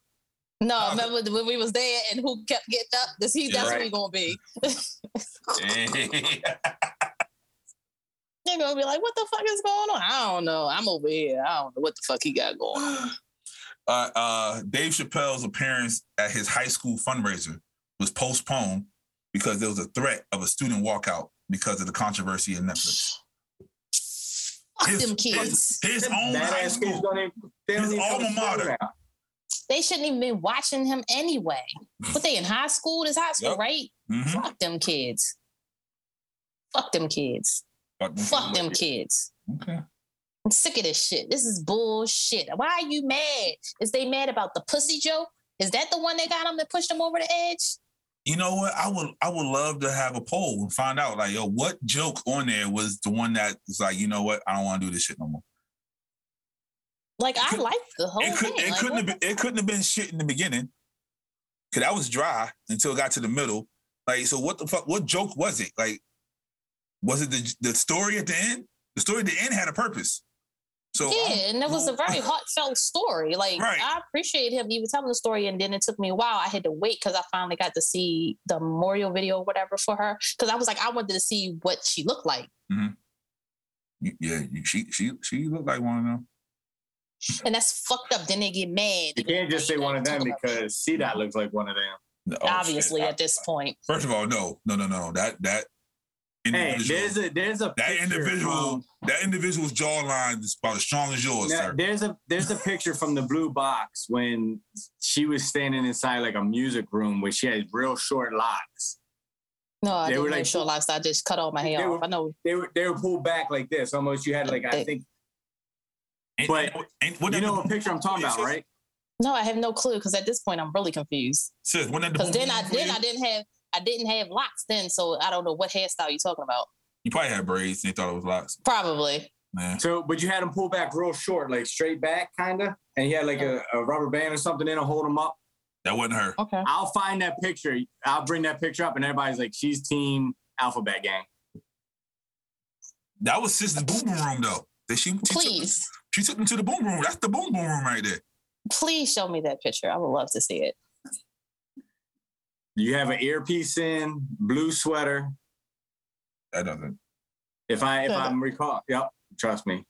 No,
Nah,
remember when we was there and who kept getting up? This he
Yeah.
that's what
Right.
he gonna be.
Yeah.
They're gonna be like, what the fuck is going on? I don't know. I'm over here. I don't know what the fuck he got going on.
uh, uh, Dave Chappelle's appearance at his high school fundraiser was postponed because there was a threat of a student walkout because of the controversy in Netflix.
Fuck
His-
them kids.
His own high
Badass kids
school.
don't even. They don't
His
even
alma
come to school
mater.
now.
They shouldn't even been watching him anyway. But they in high school, this high school,
Yup.
right?
Mhm.
Fuck them kids. Fuck them kids. Fuck them kids.
Okay.
I'm sick of this shit. This is bullshit. Why are you mad? Is they mad about the pussy joke? Is that the one that got them that pushed them over the edge?
You know what? I would I would love to have a poll and find out like, yo, what joke on there was the one that was like, you know what? I don't want to do this shit no more.
Like I
could-
like the whole
it could,
thing.
it
Like,
couldn't
what
have been, it couldn't have been shit in the beginning. Cause that was dry until it got to the middle. Like, so what the fuck? What joke was it? Like, was it the the story at the end? The story at the end had a purpose. So um,
yeah,
I'm-
and that was a very heartfelt story. Like
Right.
I appreciate him even telling the story, and then it took me a while. I had to wait because I finally got to see the memorial video, or whatever, for her. Because I was like, I wanted to see what she looked like,
yeah, you, she she she looked like one of them.
and that's fucked up. Then they get mad.
You can't just say one of them because C dot looks like one of them.
No, oh, shit.
Obviously,
I-
at this point,
first of all, no, no, no, no, that that
Hey,
individual,
there's a there's a
that
picture
individual,
from-
that individual's jawline is about as strong as yours,
Now,
sir.
there's a there's a picture from the blue box when she was standing inside like a music room where she had real short locks.
no, I
They
didn't
were
like,
like-
show locks. I just cut all my hair
They
off.
were-
I know.
They were they were pulled back like this. Almost you had like I think
And-
but
and what
you
that-
know what picture I'm talking about, right?
No, I have no clue because at this point, I'm really confused.
sis, wasn't that the
Because then
boom
I
boom
then
wave?
I didn't have I didn't have locks then, so I don't know what hairstyle you're talking about.
You probably had braids and they thought it was locks,
Probably.
man.
So but you had him pulled back real short, like straight back kinda. And he had like a, a rubber band or something in to hold him up.
That wasn't her.
Okay.
I'll find that picture. I'll bring that picture up and everybody's like, she's team alphabet gang.
That was sis' boom boom room though. That she, she
Please.
Took, she took them to the boom room. That's the boom boom room right there.
please show me that picture. I would love to see it.
You have an earpiece in, blue sweater.
That doesn't.
If I if
Yeah.
I'm recall yep, trust me.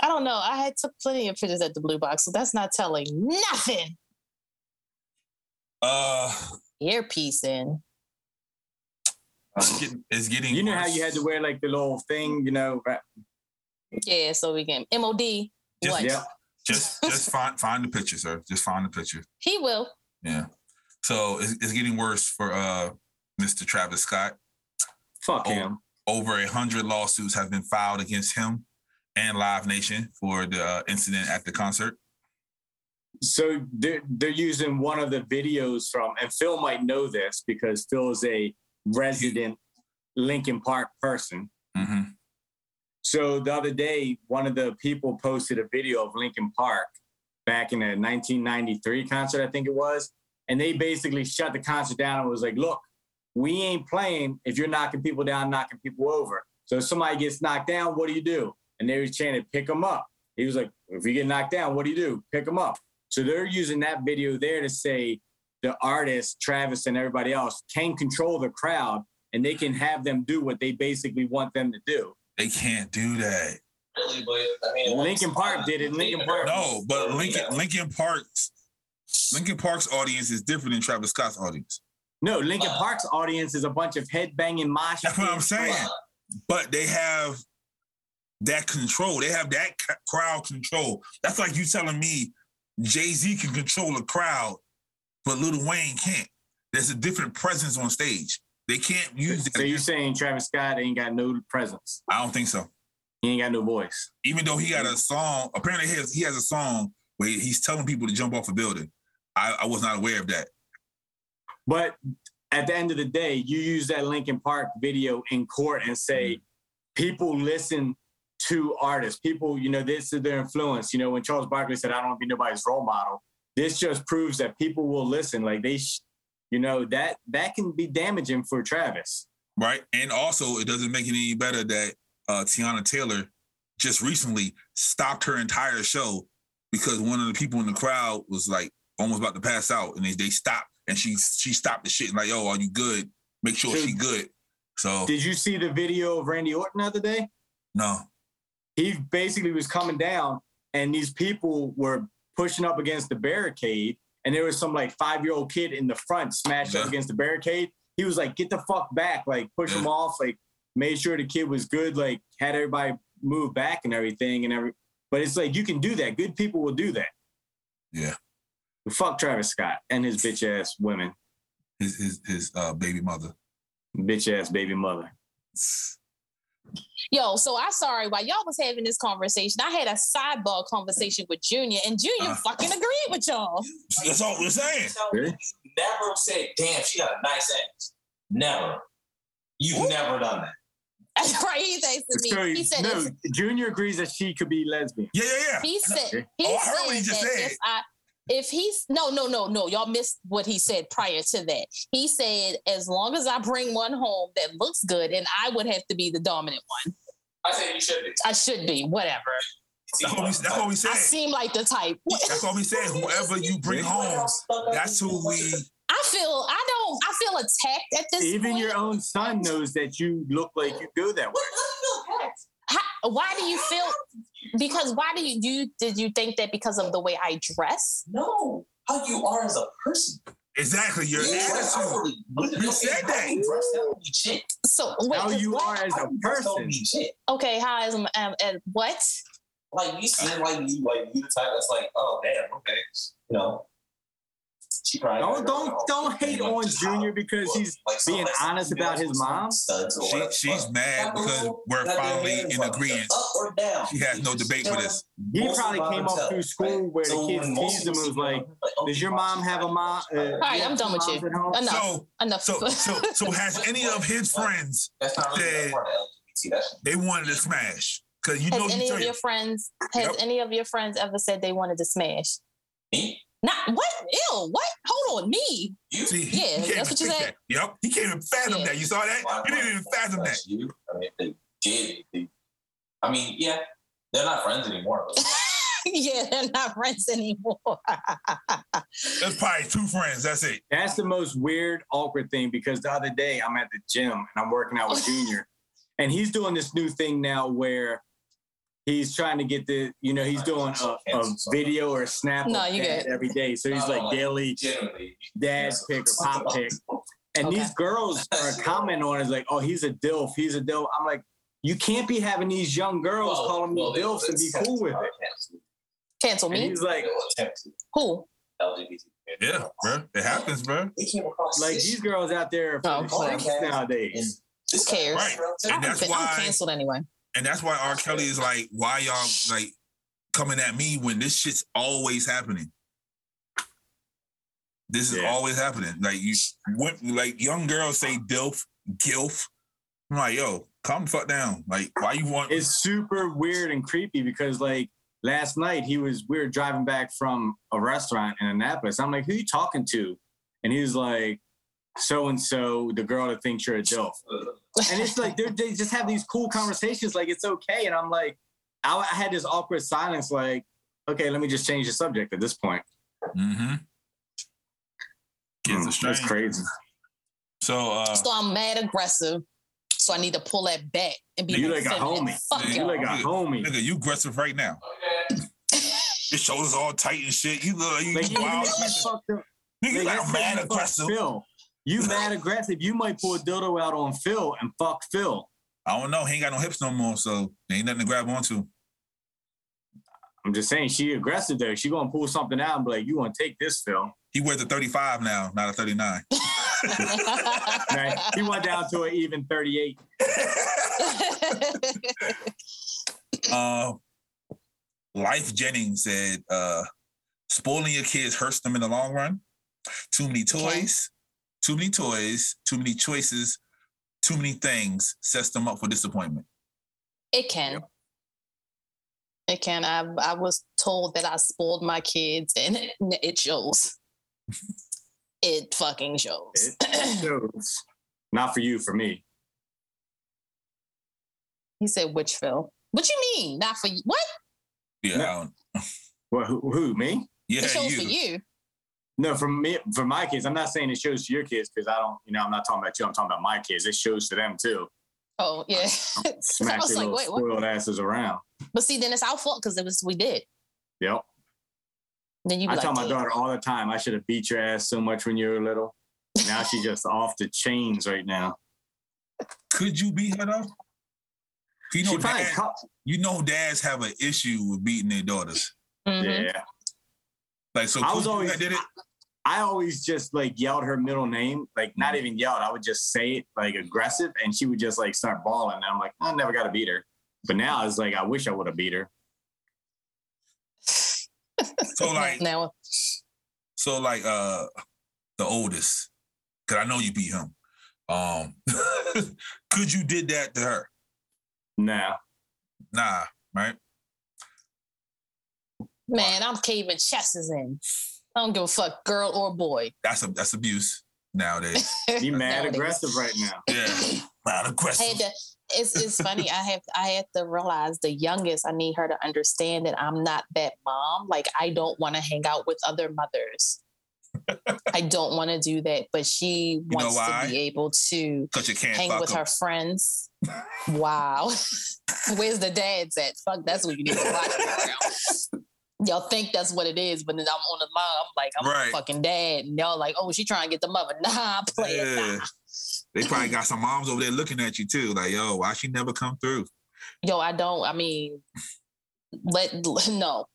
I don't know. I had took plenty of pictures at the Blue Box, so that's not telling nothing.
Uh,
Earpiece in.
it's getting. It's getting
You know how
worse.
you had to wear like the little thing, you know? Right?
Yeah, so we can MOD.
Just-
What?
Yeah.
Just, just find find the picture, sir. Just find the picture.
He will.
Yeah. So it's, it's getting worse for uh Mr. Travis Scott.
Fuck
Oh.
him.
Over a hundred lawsuits have been filed against him and Live Nation for the uh, incident at the concert.
So they're, they're using one of the videos from, and Phil might know this because Phil is a resident Lincoln Park person.
Mm-hmm.
So the other day, one of the people posted a video of Lincoln Park back in a 1993 concert, I think it was. And they basically shut the concert down and was like, look, we ain't playing if you're knocking people down, knocking people over. So if somebody gets knocked down, what do you do? And they were chanting, pick them up. He was like, if you get knocked down, what do you do? Pick them up. So they're using that video there to say the artist, Travis, and everybody else can control the crowd and they can have them do what they basically want them to do.
They can't do that.
really, but I mean,
Lincoln Park did it. Lincoln Park.
No, but Lincoln Lincoln Park's Lincoln Park's audience is different than Travis Scott's audience.
No, Lincoln Park's audience is a bunch of headbanging mosh.
That's what I'm
pits.
saying. but they have that control. They have that c- crowd control. That's like you telling me Jay Z can control a crowd, but Lil Wayne can't. There's a different presence on stage. They can't use that.
So you're saying Travis Scott ain't got no presence?
I don't think so.
He ain't got no voice.
Even though he got a song, apparently he has, he has a song where he's telling people to jump off a building. I, I was not aware of that.
But at the end of the day, you use that Linkin Park video in court and say,
Mm-hmm.
people listen to artists. People, you know, this is their influence. You know, when Charles Barkley said, I don't want to be nobody's role model, this just proves that people will listen. Like they, sh- you know, that that can be damaging for Travis.
right? And also, it doesn't make it any better that uh, Tiana Taylor just recently stopped her entire show because one of the people in the crowd was like almost about to pass out, and they, they stopped, and she she stopped the shit and like, "Yo, are you good? Make sure
Dude.
she good." So
Did you see the video of Randy Orton the other day?
no,
he basically was coming down and these people were pushing up against the barricade and there was some like five year old kid in the front smashed up
Yeah.
against the barricade he was like get the fuck back like push
Yeah.
him off like made sure the kid was good like had everybody move back and everything and every but it's like you can do that good people will do that
Yeah.
fuck travis scott and his bitch ass women
his his his uh, baby mother.
bitch ass baby mother
Yo, so I'm sorry. While y'all was having this conversation, I had a sidebar conversation with Junior, and Junior
Uh.
fucking agreed with y'all.
That's all we're saying.
Really?
You never said, damn, she got a nice ass. Never. You've
Ooh.
never done that.
That's right. He says to me,
So,
he said,
no,
it's-
junior agrees that she could be lesbian
Yeah, yeah, yeah.
he said, he
Oh, I heard
said,
what he just
that
said.
if I, if he's no, no, no, no, y'all missed what he said prior to that. He said, as long as I bring one home that looks good, and I would have to be the dominant one.
I said you should be.
I should be, whatever.
That's what we that's what we
I
said.
seem like the type.
That's what we said. Whoever you bring home, that's who we.
I feel, I don't, I feel attacked at this
even
point.
your own son knows that you look like you go that way
How, why do you feel? Because why do you do? You, did you think that because of the way I dress?
No, how you are as a person.
Exactly, your
You are
attitude.
outwardly- look at
You
me,
said
how you
that.
dress, that don't be shit.
So wait,
how
'cause
you
what-
are as
How
a
you dress don't
person.
be shit.
Okay, how is um, um, and what?
Like you seem like you like you the type that's like, oh damn, okay. You know. She probably
Don't
got her
don't
own-
don't hate
Like,
on
just how-
Junior because he's
like, some-
being
like, some
honest about
dudes
his
with some
mom.
studs or
She,
whatever.
she's mad because we're
That
finally
man
in
was
agreement.
Oh,
Up or down.
She has no debate with us.
he
Most
probably
of
came
us
up through
tell,
school
right?
where the
So
kids
when most
teased him and was
people
like,
see like, "Oh,
"Does
okay,
your mom have a mom?" Uh,
All
right,
you
I'm
have
done
two
with
moms
you.
at home?"
Enough.
So,
Enough.
so, so, so has any of his friends
That's not really
said-
that part of LGBT. That's
they wanted to smash? Because you know
has
you
any
tell
of your
you,
friends? Has
Yep.
any of your friends ever said they wanted to smash?
me.
Not what? Ew. What? Hold on. Me.
You.
see, he,
Yeah,
he can't
that's what
even
you
think
said.
that. Yep, he can't even fathom
Yeah.
that. You saw that?
My
He didn't even
friends
fathom
don't
that.
touch You. I mean, they did. They, I mean, yeah, they're not friends anymore. But
yeah, they're not friends anymore.
Uh. That's probably two friends. That's it.
That's the most weird, awkward thing because the other day I'm at the gym and I'm working out with Junior, and he's doing this new thing now where he's trying to get the, you know, he's doing a, a video or a snap
No,
of
you
dad
good.
every day. So he's
No,
like
like-
daily
generally,
dad pick or pop pick. And
Okay.
these girls are commenting on it like, oh, he's a DILF, he's a DILF. I'm like, you can't be having these young girls
Well,
calling me
well,
DILFs and be
it's-
cool with it.
Cancel
And
me.
he's like,
They'll attempt to
Cool.
LGBT.
Yeah, bro. It happens, bro.
We came across
like
this
these girls out there
Oh,
are for the
okay.
shits nowadays.
and this
Who cares?
Right.
And
I'm,
that's
I'm
why-
canceled anyway.
And that's why R. Kelly is like, why y'all like coming at me when this shit's always happening? This is
Yeah.
always happening. Like you, when, like young girls say dilf, gilf. I'm like, yo, calm the fuck down. Like, why you want?
It's super weird and creepy because like last night he was we were driving back from a restaurant in Annapolis. I'm like, who you talking to? And he was like, so and so, the girl that thinks you're a DILF. and it's like they're, they just have these cool conversations like it's okay and i'm like I, I had this awkward silence like okay let me just change the subject at this point
Mm-hmm. Kids
Hmm,
are
that's
strange.
crazy
So uh,
so I'm mad aggressive. So I need to pull that back and be
You
more
like a
feminine.
homie.
Fuck
You
you
y'all.
like a homie
nigga, you aggressive right now. Your shoulders all tight and shit. You look like you,
like you,
you wild.
you fucked up
Nigga, you
like,
like
that's
mad
like you fucked
aggressive.
phil you mad aggressive you might pull a dildo out on phil and fuck phil
I don't know. He ain't got no hips no more, so there ain't nothing to grab onto.
I'm just saying she aggressive though. She gonna pull something out and be like, "You gonna take this, Phil?"
He wears a 35 now, not a 39.
Right? he went down to an even 38.
uh, Life Jennings said, uh, spoiling your kids hurts them in the long run. Too many toys,
Okay.
too many toys, too many choices, too many things sets them up for disappointment.
It can. It can. I I was told that I spoiled my kids, and it, it shows. it fucking shows.
It shows. Not for you, for me.
he said, "Which Phil? What you mean? Not for you? What?
Yeah,
Yeah.
I don't-
Well, who, who me?
yeah,
it shows for
you.
you.
No, for me, for my kids. I'm not saying it shows to your kids because I don't. You know, I'm not talking about you. I'm talking about my kids. It shows to them too.
Oh yeah. I
Smack
was like,
their little
wait, what?
spoiled asses around.
But see, then it's our fault because it was we did.
Yep.
Then you. Be
I
like,
tell my
"Damn."
daughter all the time, I should have beat your ass so much when you were little. Now she's just off the chains right now.
Could you beat her though? You know,
she probably
dad-
caught.
you know, dads have an issue with beating their daughters.
Mhm.
Yeah.
Like, so
I
could
was
you
always-
have did it.
I always just like yelled her middle name, like not
Mm-hmm.
even yelled. I would just say it like aggressive, and she would just like start bawling. And I'm like, I never got to beat her. But now it's like, I wish I would have beat her.
So like,
now,
So like uh the oldest, cause I know you beat him. Um could you did that to her?
Nah.
Nah, right?
man, I'm caving chests is in. I don't give a fuck, girl or boy.
That's a that's abuse nowadays.
She mad
Nowadays.
aggressive right now.
Yeah. Not
I
aggressive.
had to, it's it's funny. I have I had to realize the youngest. I need her to understand that I'm not that mom. Like I don't want to hang out with other mothers. I don't want to do that. But she
know
wants
why?
to be able to
Cause you can't
hang
fuck
with her
him.
friends. Wow, where's the dads at? Fuck, that's what you need to watch. around. Y'all think that's what it is, but then I'm on the mom. I'm like, I'm
Right.
a fucking dad, and y'all like, oh, she trying to get the mother. Nah, I'm playing.
Yeah. They probably got some moms over there looking at you too. Like, yo, why she never come through?
yo, I don't. I mean, let no,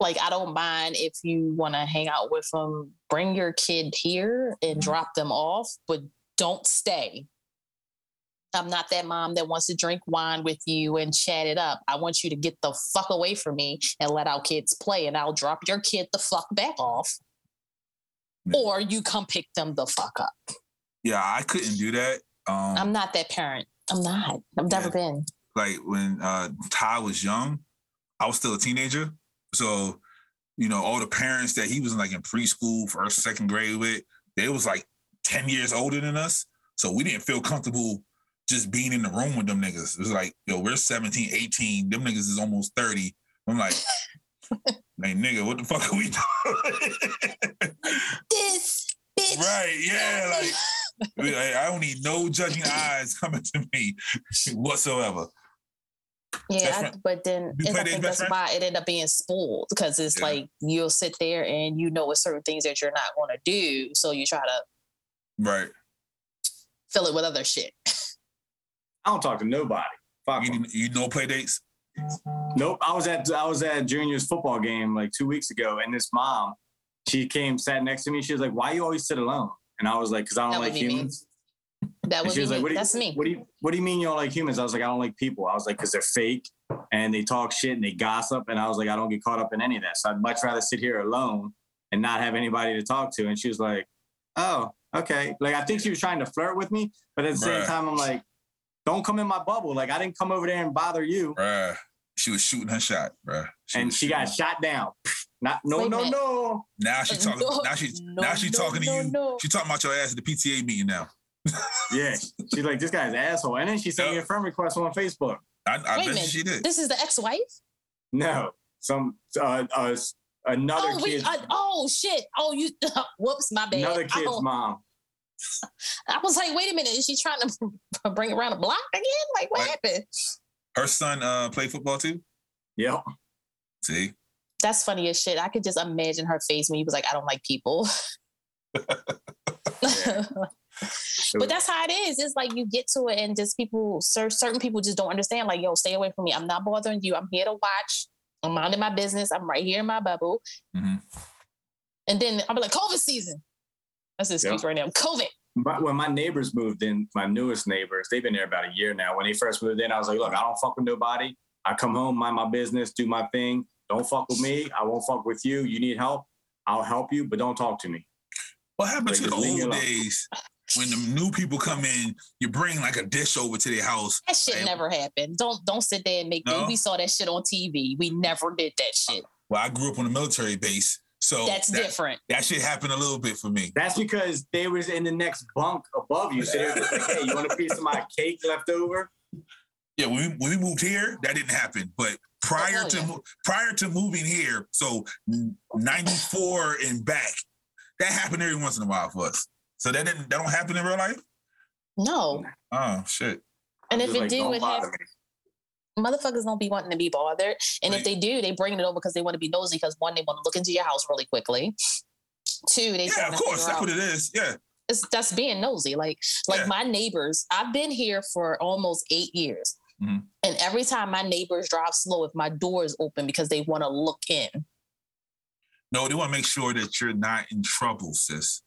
like I don't mind if you want to hang out with them. Bring your kid here
Mm-hmm.
and drop them off, but don't stay. I'm not that mom that wants to drink wine with you and chat it up. I want you to get the fuck away from me and let our kids play, and I'll drop your kid the fuck back off.
Yeah.
Or you come pick them the fuck up.
Yeah, I couldn't do that. Um
I'm not that parent. I'm not. I've never
Yeah.
been.
like when uh Ty was young, I was still a teenager. So, you know, all the parents that he was like in preschool, first, second grade with, they was like 10 years older than us. So we didn't feel comfortable just being in the room with them niggas. It was like, yo, we're 17, 18, them niggas is almost 30. I'm like, hey nigga, what the fuck are we doing?
This bitch.
right, yeah. Like I I don't need no judging eyes coming to me whatsoever. Best
Yeah, I,
friend-
but then
You
and
play
I
date's
think
best
that's
friend?
why it ended up being spoiled because it's
Yeah.
like you'll sit there and you know it's certain things that you're not going to do, so you try to
Right.
fill it with other shit.
I don't talk to nobody. Fuck 'em.
You, you know play dates?
Nope. I was at I was at Junior's football game like two weeks ago, and this mom, she came sat next to me. She was like, "Why you always sit alone?" And I was like, "Cause I don't
That would
like
be me.
humans."
That
And
was
she was like, "What do you?
that's me.
What do you? What do you mean you don't like humans?" I was like, "I don't like people." I was like, "Cause they're fake and they talk shit and they gossip." And I was like, "I don't get caught up in any of that. So I'd much rather sit here alone and not have anybody to talk to." And she was like, "Oh, okay." Like I think she was trying to flirt with me, but at the same
Bruh.
time, I'm like, "Don't come in my bubble. Like I didn't come over there and bother you."
Bruh. She was shooting her shot, bruh.
and
was
she got
shooting.
shot down. Not no
Wait a
no
minute.
no.
now she talking
No,
now she
no,
now she
no,
talking
no,
to you.
no.
She talking about your ass at the PTA meeting now.
Yeah, she's like this guy's an asshole, and then she sent me a friend request on Facebook.
I, I
Wait a
bet
minute.
she did.
This is the ex-wife.
No, some uh, uh another
oh wait.
kid's,
uh, oh shit. Oh you. whoops. My bad.
another kid's
oh,
mom.
I was like, wait a minute. Is she trying to bring it around the block again? Like what
Like-
happened?
Her son uh played football too.
Yep.
See?
That's funny as shit. I could just imagine her face when he was like, I don't like people. But that's how it is. It's like you get to it, and just people, cer- certain people just don't understand. Like, yo, stay away from me. I'm not bothering you. I'm here to watch. I'm minding my business. I'm right here in my bubble.
Mhm.
And then I'm like, COVID season. That's this
Yeah.
speech right now. COVID.
my, when my neighbors moved in, my newest neighbors, they've been there about a year now. When they first moved in, I was like, look, I don't fuck with nobody. I come home, mind my business, do my thing. Don't fuck with me. I won't fuck with you. You need help. I'll help you, but don't talk to me.
What happened to
Like,
the
leave me
old
alone.
days when the new people come in, you bring like a dish over to their house?
That shit
Right.
never happened. Don't don't sit there and make
No.
me. We saw that shit on TV. We never did that shit.
Well, I grew up on a military base, so
That's
Oh, that,
different.
that shit happened a little bit for me.
That's because they was in the next bunk above you. So they were just like, hey, you want a piece of my cake left over?
Yeah, when we, when we moved here, that didn't happen. But prior
Oh,
to
yeah.
mo- prior to moving here, so ninety four and back, that happened every once in a while for us. So that didn't that don't happen in real life.
No.
Oh shit!
And
I'm
if
just
it
like,
do,
"Don't
it
bother
have motherfuckers don't be wanting to be bothered. And
Right.
if they do, they bring it over because they want to be nosy. Because one, they want to look into your house really quickly. Two, they
Yeah,
trying
of
to
course,
figure
that's
out-
what it is. Yeah,
it's, that's being nosy. Like like
Yeah.
my neighbors, I've been here for almost eight years,
Mhm.
and every time my neighbors drive slow, if my door is open because they want to look in.
no, they want to make sure that you're not in trouble, sis.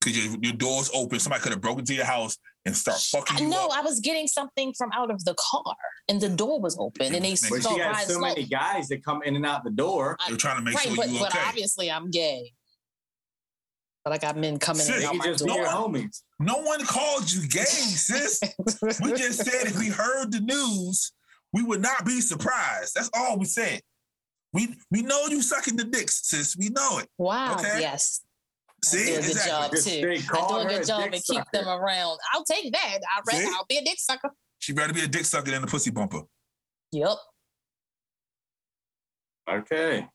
Because your, your door's open, somebody could have broken into your house and start fucking
I
you
know
up.
I was getting something from out of the car, and the door was open, and they
But
But
start
she got
riding
so
slow.
many guys that come in and out the door.
They're trying to make
right,
sure
but,
you
but
okay.
obviously I'm gay. But I got men coming in
Sick.
and
They
out
could
my
just be
door.
your homies.
No one called you gay, sis. We just said if we heard the news, we would not be surprised. That's all we said. We we know you sucking the dicks, sis. We know it.
wow.
Okay.
Yes.
See,
I do a good
exactly.
job
Just
too.
they
I do
call
a
her
good
a
job
dick
and keep them around. I'll take that. I'd rather
See?
I'll be a dick sucker.
She better be a dick sucker than a pussy bumper.
Yep.
Okay.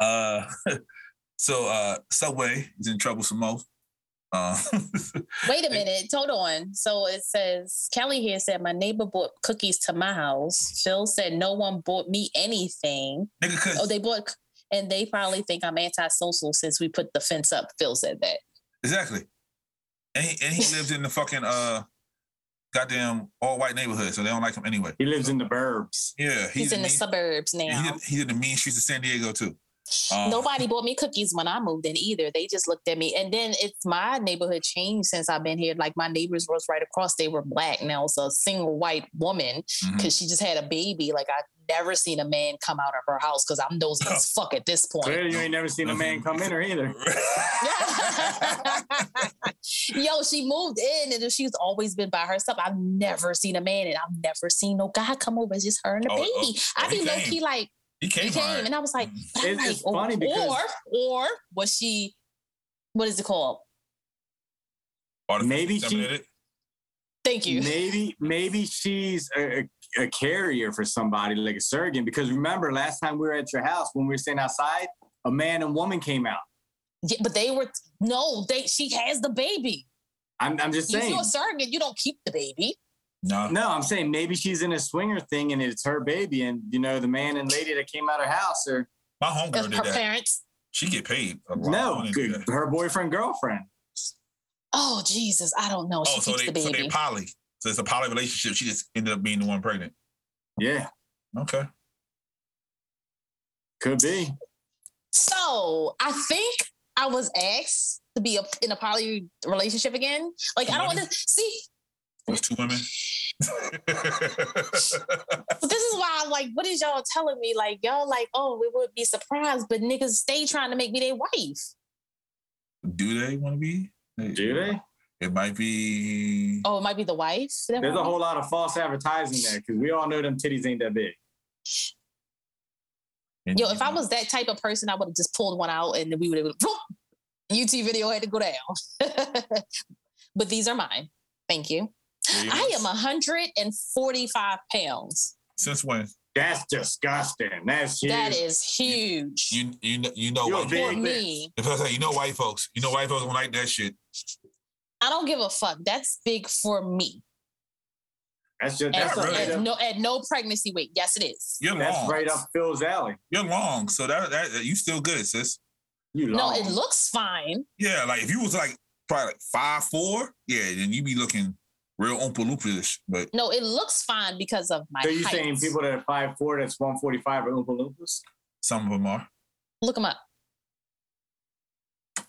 Uh, so uh, Subway is in trouble some more. Uh,
Wait a minute. Hold on. So it says Kelly here said my neighbor bought cookies to my house. Phil said no one bought me anything.
nigga, cause
Oh, they bought and they probably think I'm antisocial since we put the fence up. Phil said that.
exactly, and he, and he lives in the fucking uh, goddamn all white neighborhood, so they don't like him anyway.
He lives in the burbs.
Yeah,
He's, in the
mean-
suburbs now.
He's in, he's in the mean streets of San Diego too. Um,
Nobody bought me cookies when I moved in either. They just looked at me. And then it's my neighborhood changed since I've been here. Like my neighbors was right across. They were black. Now it's a single white woman
Mhm.
because she just had a baby. Like I've never seen a man come out of her house because I'm nosy as fuck at this point.
Clearly, you ain't never seen a man come in her
Um,
either.
Yo, she moved in and she's always been by herself. I've never seen a man and I've never seen no guy come over. It's just her and the
Oh,
baby.
oh,
I
oh, he
be low
came.
key like,
he came.
he
all
came
right.
and I was like, but I'm
It's
like,
just funny
or,
because-
or was she? What is it called?
Artificial
Maybe she-
inseminated.
Thank you.
Maybe, maybe she's a, a, a carrier for somebody like a surrogate. Because remember, last time we were at your house when we were sitting outside, a man and woman came out.
Yeah, but they were no. They she has the baby.
I'm, I'm just
You
saying.
feel a surrogate, you don't keep the baby.
No,
No, I'm saying maybe she's in a swinger thing and it's her baby, and you know the man and lady that came out of her house or
my homegirl
That's
did
her
that.
parents.
She get paid. A lot. I
no,
wanna do
good,
that.
her boyfriend girlfriend.
Oh Jesus, I don't know. She
Oh, so
keeps
they
the
so they
baby.
poly. So it's a poly relationship. She just ended up being the one pregnant.
Yeah,
Okay.
could be.
so I think I was asked to be a, in a poly relationship again. Like I don't want to see.
Those two women.
But this is why I'm like, what is y'all telling me? Like y'all like, oh, we would be surprised, but niggas stay trying to make me their wife.
Do they want to be?
Do they?
It might be.
Oh, it might be the wife. That
There's a
one?
whole lot of false advertising there because we all know them titties ain't that big.
Yo, if I was that type of person, I would have just pulled one out and then we would have UT video had to go down. but these are mine. Thank you.
There
I
you
am
go.
145 pounds.
Since when?
That's disgusting. That's huge.
That is huge.
You you know you know
You're
white
big.
For
folks.
me,
If I say you know white folks, you know white folks don't like that shit.
I don't give a fuck. That's big for me.
That's just
At,
that's,
Yeah,
so-
really.
at
right, up,
no, at no pregnancy weight. Yes, it is.
You're
that's
long.
right up Phil's alley.
You're long. So that, that you still good, sis.
You
No,
long.
it looks fine.
Yeah, like if you was like probably like five four, yeah, then you be looking real oompa loompa-ish. But
No, it looks fine because of my
so you
height.
saying people that are five four that's one forty five are Oompa Loompas?
some of them are.
Look them up.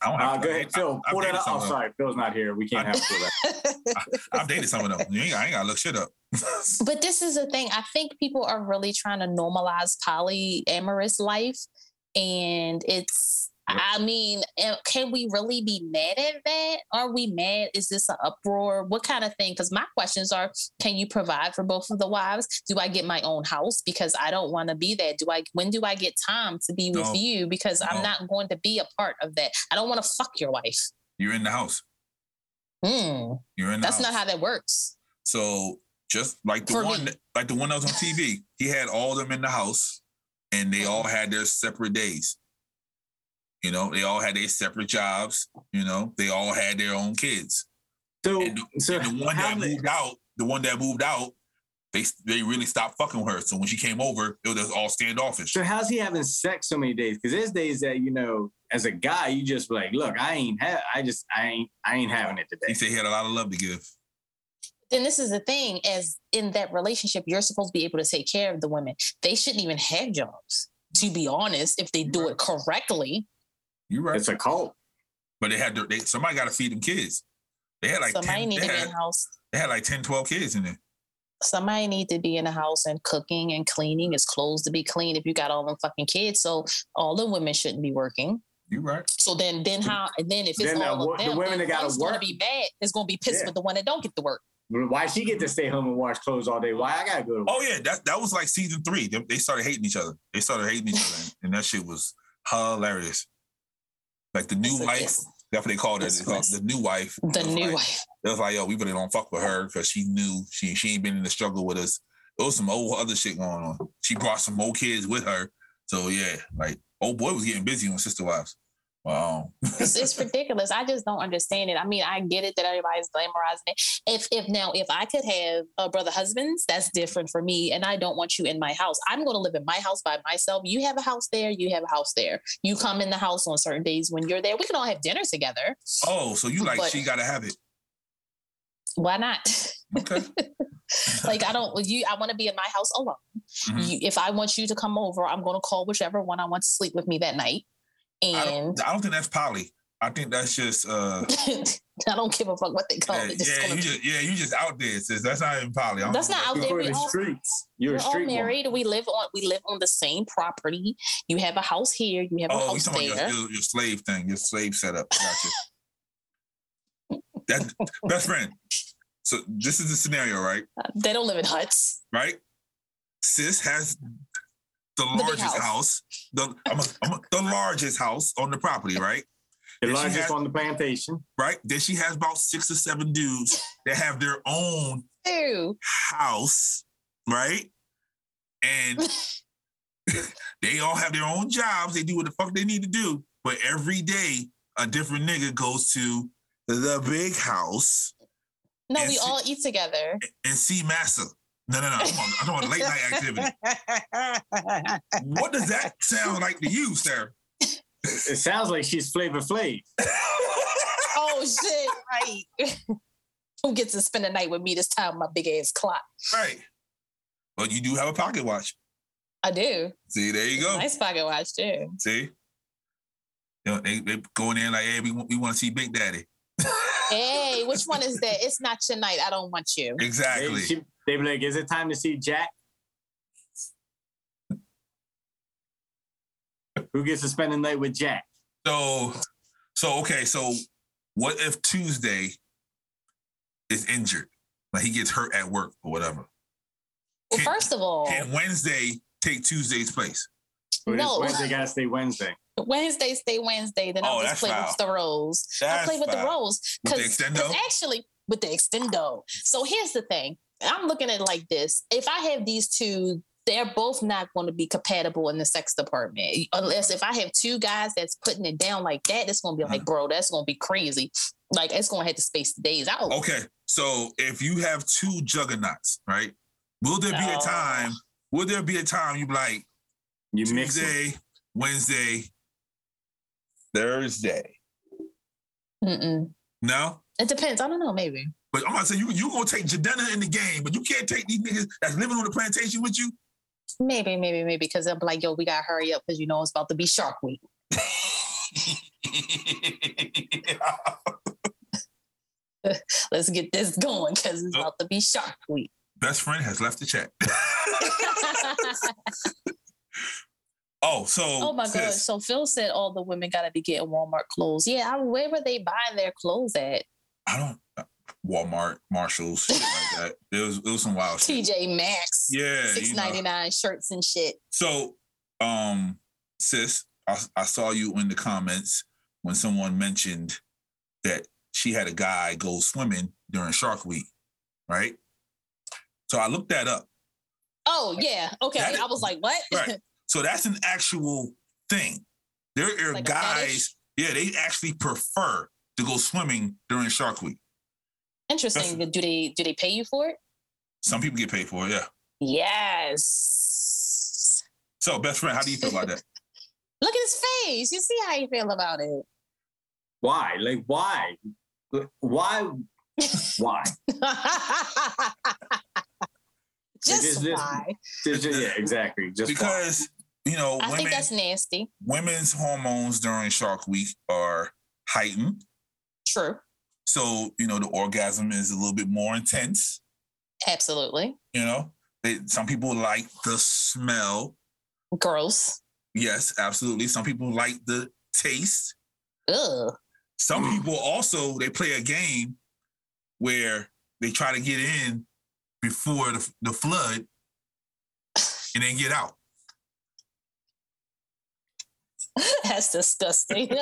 I don't have
Uh,
to-
go ahead, Phil.
I- I've
Pull that
dated
up.
some
Oh,
of them.
sorry, Phil's not here. We can't have Phil. Up.
I've dated some of them. You ain't, I ain't gotta look shit up.
But this is the thing. I think people are really trying to normalize polyamorous life. And it's, I mean, eh, can we really be mad at that? Are we mad? Is this an uproar? What kind of thing? Because my questions are can you provide for both of the wives? Do I get my own house? Because I don't want to be there. Do I, when do I get time to be with
No.
you? Because I'm
No.
not going to be a part of that. I don't want to fuck your wife.
You're in the house.
Hmm.
You're in the
That's
house.
not how that works.
so just like the
For
one
me.
like the one that was on TV, he had all of them in the house and they all had their separate days. You know, they all had their separate jobs, you know, they all had their own kids.
So,
And
so
And the one
how
that
many-
moved out, the one that moved out, they they really stopped fucking with her. So when she came over, it was just all standoffish.
So how's he having sex so many days? Because there's days that you know, as a guy, you just like, look, I ain't have, I just, I ain't, I ain't having it
He
today.
said he had a lot of love to give.
then this is the thing as in that relationship you're supposed to be able to take care of the women they shouldn't even have jobs to be honest if they do it correctly
You right,
It's a cult.
but they had their, they, somebody got to feed them kids. They had like
somebody
10,
need
they,
to be in
had,
the house
they had like 10, 12 kids in there.
somebody need to be in the house and cooking and cleaning it's clothes to be clean if you got all them fucking kids so all the women shouldn't be working
You right.
so then then how and then if it's
Then that
all
wo-
of
the
them
women
then
that gotta
one's gonna
work-
be bad it's gonna be pissed
Yeah.
with the one that don't get to work
Why she get to stay home and wash clothes all day? Why I gotta go to work?
Oh yeah, that that was like season three. They, they started hating each other. They started hating each other, and, and that shit was hilarious. Like the new
It's a-
wife,
it's
that's what they called it.
It's
They called
messy.
the new wife.
the
It was
new
like-
wife
It was like, yo, we really don't fuck with her because she knew she she ain't been in the struggle with us. It was some old other shit going on. She brought some old kids with her. So yeah, like old boy was getting busy on Sister Wives. um, Wow.
it's, it's ridiculous. I just don't understand it. I mean, I get it that everybody's glamorizing it. If if now if I could have a brother husbands, that's different for me, and I don't want you in my house. I'm going to live in my house by myself. You have a house there. You have a house there. You come in the house on certain days when you're there. We can all have dinner together.
Oh, so you like
But-
she gotta have it.
Why not?
Okay.
like I don't you. I want to be in my house alone.
Mhm.
You, if I want you to come over, I'm going to call whichever one I want to sleep with me that night.
I don't,
And
I don't think that's poly. I think that's just uh
I don't give a fuck what they call
yeah,
Oh, it. It's
yeah,
gonna
you
be-
just yeah, you just out there, sis. That's not even poly. I don't
That's
know
not out
what
You
there.
go
We
to the
all-
streets. You're a
we're all
street woman.
married. We live on we live on the same property. You have a house here. You have a
Oh, you
house
talking
there.
about your, your, your slave thing, your slave setup. Gotcha. that best friend. So this is the scenario, right?
They don't live in huts.
Right? Sis has the
big
largest
house.
house. The I'm a, I'm a, the largest house on the property, right?
The
And she
largest
had-
on the plantation.
Right? Then she has about six or seven dudes that have their own
Ew.
house, right? And they all have their own jobs. They do what the fuck they need to do. But every day, a different nigga goes to the big house
No,
And
we
see-
all eat together.
and see Massa. No, no, no. I'm on, I'm on late night activity. What does that sound like to you, sir?
It sounds like she's Flavor Flav.
oh shit! Right. Who gets to spend the night with me this time? My big ass clock.
Right. But you do have a pocket watch.
I do.
See, there you go.
Nice pocket watch too.
See? You know, they, they going in like, hey, we, want- we want to see Big Daddy.
Hey, which one is that? It's not your night. I don't want you.
Exactly.
They, she, they be like, is it time to see Jack? Who gets to spend the night with Jack?
So, so okay. So, what if Tuesday is injured? Like he gets hurt at work or whatever.
Well, first of all,
Can Wednesday take Tuesday's place?
Or does
No.
Wednesday gotta stay Wednesday.
Wednesday stay Wednesday. Then
Oh,
I'll
that's
just play
foul.
with the rolls. I
That's
play with the
foul.
rolls
With the
because
extendo?
actually with the extendo. So here's the thing. I'm looking at it like this. If I have these two, they're both not going to be compatible in the sex
Uh-huh.
department. Unless if I have two guys that's putting it down like that, it's going to be like, bro, that's going to be crazy. Like it's gonna have to space the days out.
Okay, so if you have two juggernauts, right? Will there be a
No.
time? Will there be a time you be like
You mix it.
Tuesday, Wednesday, Thursday?
Mm-mm.
No,
It depends. I don't know. Maybe.
but I'm about to say you you gonna take Jadena in the game, but you can't take these niggas that's living on the plantation with you.
Maybe. Maybe. Maybe. Because I'm like, yo, we gotta hurry up because you know it's about to be Shark Week. Let's get this going because it's
Nope.
about to be Shark Week.
Best friend has left the chat. oh, so
oh my gosh.
sis,
So Phil said all the women gotta be getting Walmart clothes. Yeah, I, where were they buying their clothes at?
I don't uh, Walmart, Marshalls, shit like that. It was it was some wild shit.
TJ Maxx.
Oh, Yeah,
Six
you know.
ninety nine shirts and shit.
So, um, sis, I, I saw you in the comments when someone mentioned that she had a guy go swimming during Shark Week, right? So I looked that up.
Oh yeah, okay.
That is-
I was like, what?
Right. So that's an actual thing. There are
Like a
guys, yeah, they actually prefer to go swimming during Shark Week.
Interesting. Do they do they pay you for it?
Some people get paid for it, yeah.
Yes.
So, best friend, how do you feel about that?
Look at his face. You see how you feel about it.
Why? Like why? Why? Why?
Just
is this-
why?
Just- yeah, exactly. Just why?
Because you know,
I think
women
that's nasty.
women's hormones during Shark Week are heightened.
True.
So, you know, the orgasm is a little bit more intense,
Absolutely.
you know. They, some people like the smell.
Gross.
Yes, absolutely. Some people like the taste.
Ugh.
Some people also they play a game where they try to get in before the, the flood and then get out.
That's disgusting.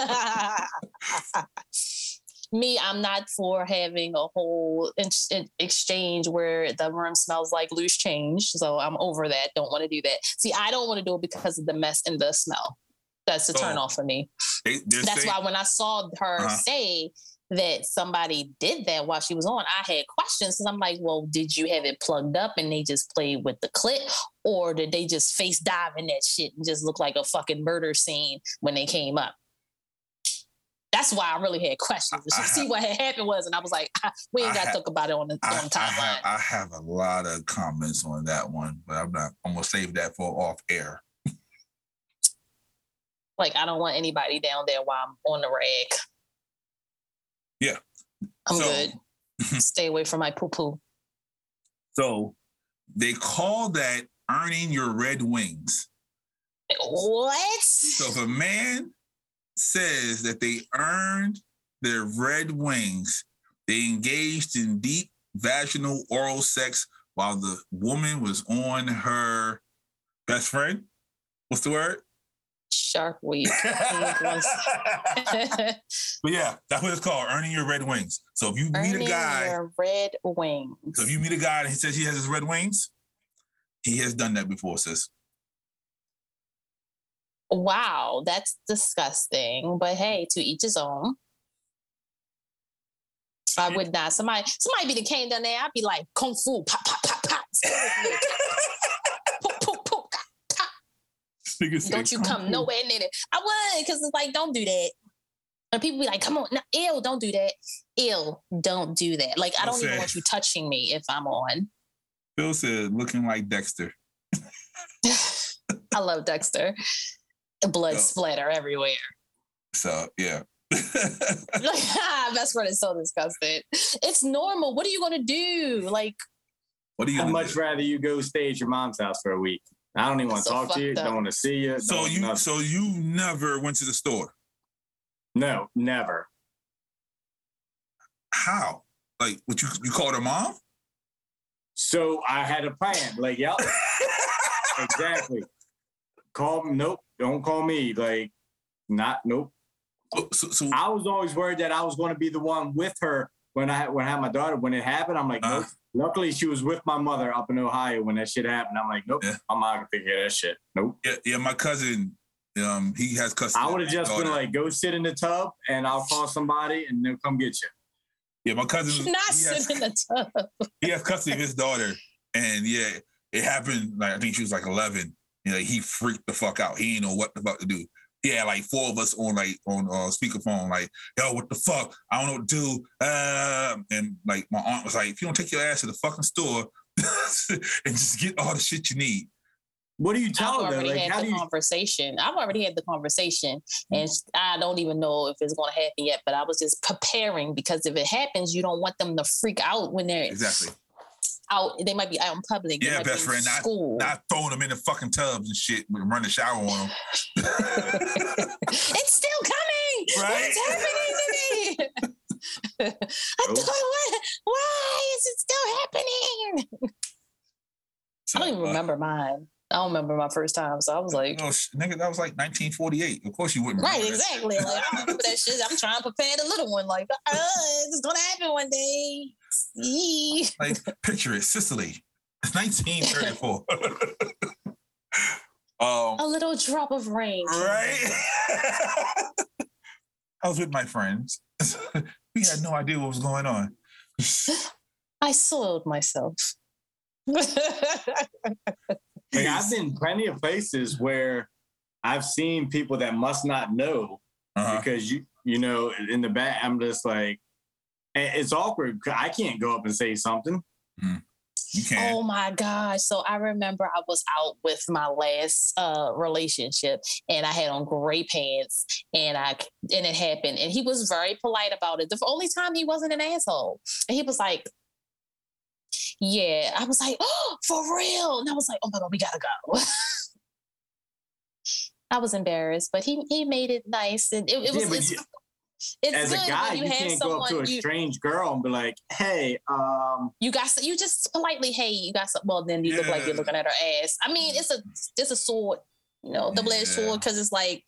Me, I'm not for having a whole in- in- exchange where the room smells like loose change. So I'm over that. Don't want to do that. See, I don't want to do it because of the mess and the smell. That's a
Oh.
turn off for me.
They, they're
That's
saying-
why when I saw her
Uh-huh.
say that somebody did that while she was on, I had questions because I'm like, well, did you have it plugged up and they just played with the clip, or did they just face dive in that shit and just look like a fucking murder scene when they came up? That's why I really had questions.
I- I
see what had happened was, and I was like, ah, we
I
ain't got to
ha-
talk about it on the,
I,
on the
I, have,
timeline.
I have a lot of comments on that one, but I'm not. I'm gonna save that for off air.
Like, I don't want anybody down there while I'm on the rag.
Yeah.
I'm
So-
good. Stay away from my poo poo.
So they call that earning your red wings.
What?
So if a man says that they earned their red wings, they engaged in deep vaginal oral sex while the woman was on her best friend. What's the word?
Shark Week.
but yeah, that's what it's called, earning your red wings. So if you meet
Earning
a guy,
your red wings.
so if you meet a guy and he says he has his red wings, he has done that before, sis.
Wow, that's disgusting. But hey, to each his own. I would not. Somebody, somebody be the cane down there. I'd be like kung fu, pop, pop, pop, pop. Poop, poop, poop.
Nigga said,
Don't you come nowhere near it. I would, because it's like, don't do that. And people be like, come on, no, ew, don't do that. Ew, don't do that. Like, I don't even
Okay.
want you touching me if I'm on.
Phil said, looking like Dexter.
I love Dexter. Blood
Yo.
splatter everywhere.
So yeah.
Like, ah, best friend is so disgusted. It's normal. What are you gonna do? Like,
What do you
I'd
gonna
much
do?
rather you go stay at your mom's house for a week. I don't even want to
So
talk to you.
fucked up.
Don't want to see you. don't
So
wanna
you
nothing.
so you never went to the store.
No, never.
How? Like what you you called her mom?
So I had a plan. Like, yep, exactly. Call nope, don't call me. Like, not nope.
So, Oh, so, so
I was always worried that I was going to be the one with her when I when I had my daughter. When it happened, I'm like,
Uh.
nope. Luckily, she was with my mother up in Ohio when that shit happened. I'm like, nope,
Yeah.
I'm not gonna take care of that shit. Nope.
yeah, yeah, my cousin, um, he has custody.
I
of
would have
his
just been
daughter.
like, go sit in the tub and I'll call somebody and they'll come get you.
Yeah, my cousin.
Not
he has-
sit in the tub.
he has custody of his daughter, and yeah, it happened. Like I think she was like eleven. You know, he freaked the fuck out. He didn't know what the fuck to do. He had like four of us on like on uh, speakerphone, like yo, what the fuck? I don't know what to do. Uh, and like my aunt was like, if you don't take your ass to the fucking store and just get all the shit you need,
What do you
I've
tell them?
already
Like,
had
how
the
do you?
conversation. I've already had the conversation,
Hmm.
and sh- I don't even know if it's going to happen yet. But I was just preparing because if it happens, you don't want them to freak out when they're
exactly.
out. They might be out in public. They
Yeah,
might be
best
in
friend, not-
School.
Not throwing them in the fucking tubs and shit, running the shower on them.
it's still coming.
Right?
What's happening to me? I
Nope.
thought, what? Why is it still happening? I
So,
don't even
uh,
remember mine. I don't remember my first time, so I was like,
oh, sh- nigga, that was like 1948. Of course you wouldn't.
Right,
remember that.
exactly. Like I don't remember that shit. I'm trying to prepare the little one. Like, uh, it's gonna happen one day. See?
Like, picture it, Sicily, 1934. um,
A little drop of rain.
right? I was with my friends. we had no idea what was going on.
I soiled myself.
Like, I've been plenty of places where I've seen people that must not know
Uh-huh.
because you you know in the back I'm just like and it's awkward. 'cause I can't go up and say something.
You can't.
oh my gosh. So I remember I was out with my last uh relationship and I had on gray pants and I and it happened. And he was very polite about it. The only time he wasn't an asshole. And he was like, Yeah. I was like, oh, for real. And I was like, oh my god, we gotta go. I was embarrassed, but he he made it nice and it, it was
Yeah, but
it's,
you-
it's
As
good
a guy,
when
you,
you, have
can't go up
someone
to a
you,
strange girl and be like, "Hey, um,
you got you just politely hey you got some well then you look like you're
Yeah.
looking at her ass i mean it's a it's a sword you know double edged
Yeah.
sword because it's like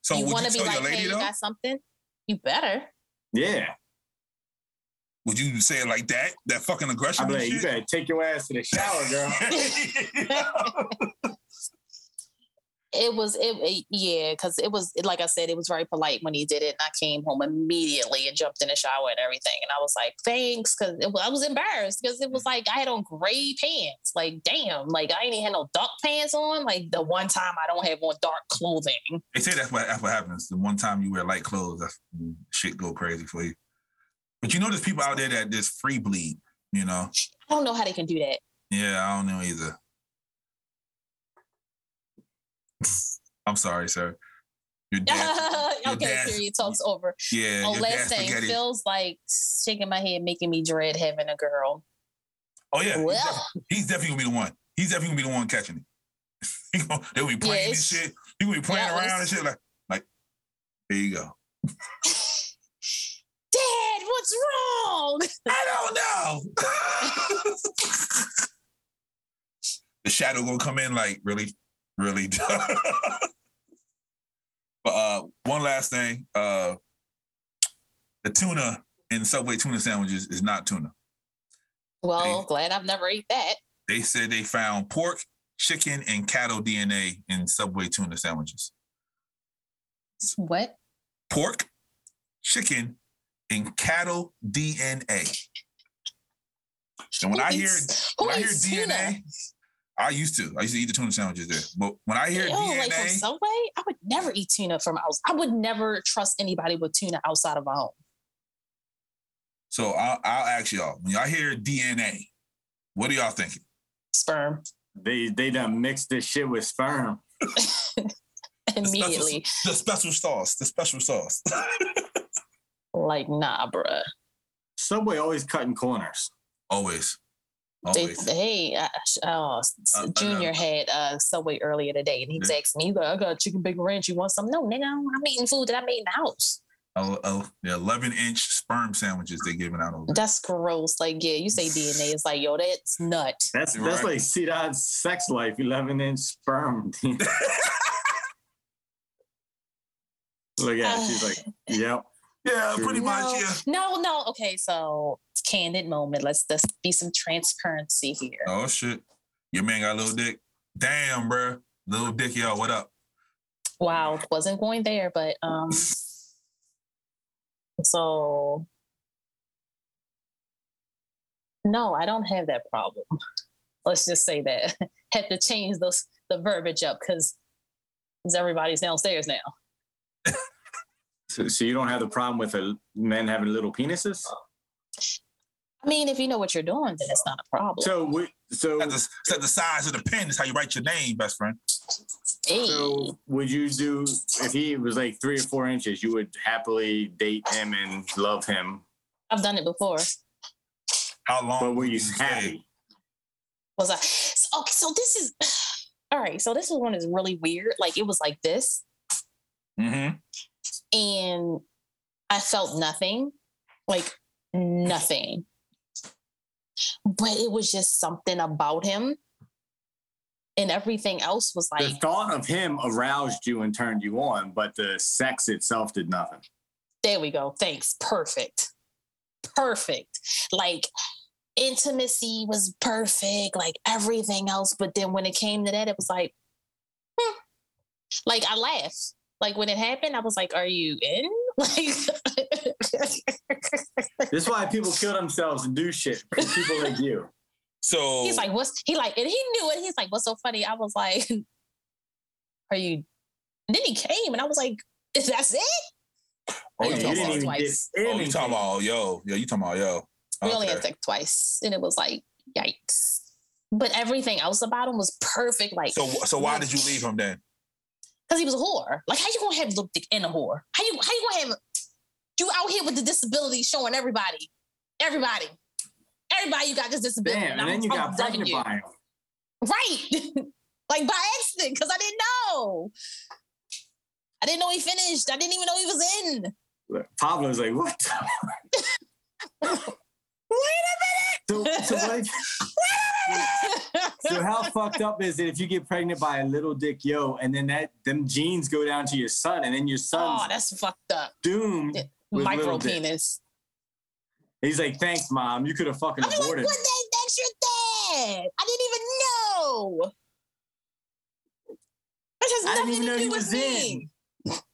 so
you
would
want
you
to be
tell
like
your
hey
lady
you
though?
got something you better
yeah."
Would you say it like that? That fucking aggression?
I'm
and
like, "You
shit?
better take your ass to the shower, girl."
it was it, it- yeah because it was it, like i said it was very polite when he did it and i came home immediately and jumped in the shower and everything and i was like thanks because i was embarrassed because it was like i had on gray pants like damn like i ain't even had no dark pants on like the one time i don't have on dark clothing
They say that's what that's what happens. The one time you wear light clothes, that's when shit go crazy for you. But you know, there's people out there that just free bleed. You know?
i don't know how they can do that
Yeah, I don't know either. I'm sorry, sir. Your dad, Your
okay,
dad's-
period talks over.
yeah,
Oh,
your
last
dad's
thing
spaghetti.
feels like shaking my head, making me dread having a girl.
oh yeah, he's
well.
definitely- he's definitely gonna be the one. He's definitely gonna be the one catching it. He gonna- they will be playing
Yeah,
and
it's-
shit. He gonna be playing
Yeah,
around
it's-
and shit like, like, there you go.
Dad, what's wrong?
I don't know. the shadow gonna come in like really, really. but uh, one last thing, uh, the tuna in Subway tuna sandwiches is not tuna.
Well,
Hey.
glad I've never ate that.
They said they found pork, chicken, and cattle DNA in Subway tuna sandwiches.
What?
Pork, chicken, and cattle DNA. And when I hear
who
when I hear
eats tuna?
DNA, I used to. I used to eat the tuna sandwiches there. But when I hear
Ew, Oh, like from
DNA,
Subway, I would never eat tuna from outside. I would never trust anybody with tuna outside of my home.
so I'll, I'll ask y'all. When y'all hear DNA, what are y'all thinking?
Sperm
They they done mixed this shit with sperm.
immediately.
The special sauce. The special sauce.
Like, nah, bruh.
Subway always cutting corners.
Always.
They,
Always.
hey, I, oh, s-
Uh, I
Junior
know.
had
Mm-hmm.
uh, Subway earlier today, and he
Yeah.
texted me, "He go, I got chicken bacon ranch. You want some? No, nigga, I don't- I'm eating food that I made in the house.
Oh, oh, the 11 inch sperm sandwiches they giving out over there.
That's gross. Like, yeah, you say DNA, it's like, yo, that's nut.
That's that's
Right.
like C Dot's sex life, eleven inch sperm. Look at her, she's like, yep.
Yeah, pretty
no,
much. Yeah.
no, no. Okay, so candid moment. Let's let's be some transparency here.
Oh shit. Your man got a little dick. Damn, bruh. Little dick, y'all. What up?
Wow, wasn't going there, but um, so No, I don't have that problem. Let's just say that. Had to change those the verbiage up because everybody's downstairs now.
So, so you don't have the problem with a, men having little penises?
I mean, if you know what you're doing, then it's not a problem.
So we, so
Set the, set the size of the pen is how you write your name, best friend.
Hey.
So would you do if he was like three or four inches? You would happily date him and love him,
I've done it before.
How long?
but were you
stay?
happy?
was I so, okay? So this is all right. So this one is really weird. Like it was like this,
Mhm.
and I felt nothing, like nothing. But it was just something about him, and everything else was
The
like
thought of him aroused you and turned you on, but the sex itself did nothing.
There we go. Thanks. Perfect. Perfect. Like intimacy was perfect, like everything else. But then when it came to that, it was like, hmm. like I laughed. Like when it happened, I was like, are you in? Like,
This is why people kill themselves and do shit. People like you.
So
he's like, what's, he like, and he knew it. He's like, what's so funny? I was like, are you, and then he came and I was like, that's it?
oh,
I
you
don't
you
talking
didn't
about,
even get
Twice.
oh, you
anything.
talking about, yo, yo, you talking about, yo.
We only had
Okay.
sex twice, and it was like, yikes. But everything else about him was perfect, like
So, so why did you leave him then?
because he was a whore. Like, how you gonna have lipstick in a whore? How you how you gonna have you out here with the disability showing everybody, everybody, everybody? You got this disability.
Damn, and
I'm-
then you
I'm
got
dubbing
pregnant
you.
by him.
right? like by accident, because I didn't know. I didn't know he finished. I didn't even know he was in.
Look, Pablo's like, what? Wait a minute. So, so, what if- so how fucked up is it if you get pregnant by a little dick yo, and then that them genes go down to your son, and then your son's
oh, that's fucked up.
doomed. With
Micro
little dick.
penis.
He's like, thanks, mom. You could have fucking
I'm like, what?
aborted.
That, that's your dad. I didn't even know. That
I
has
didn't
nothing
even
to
know
do
he
with
was
me.
in.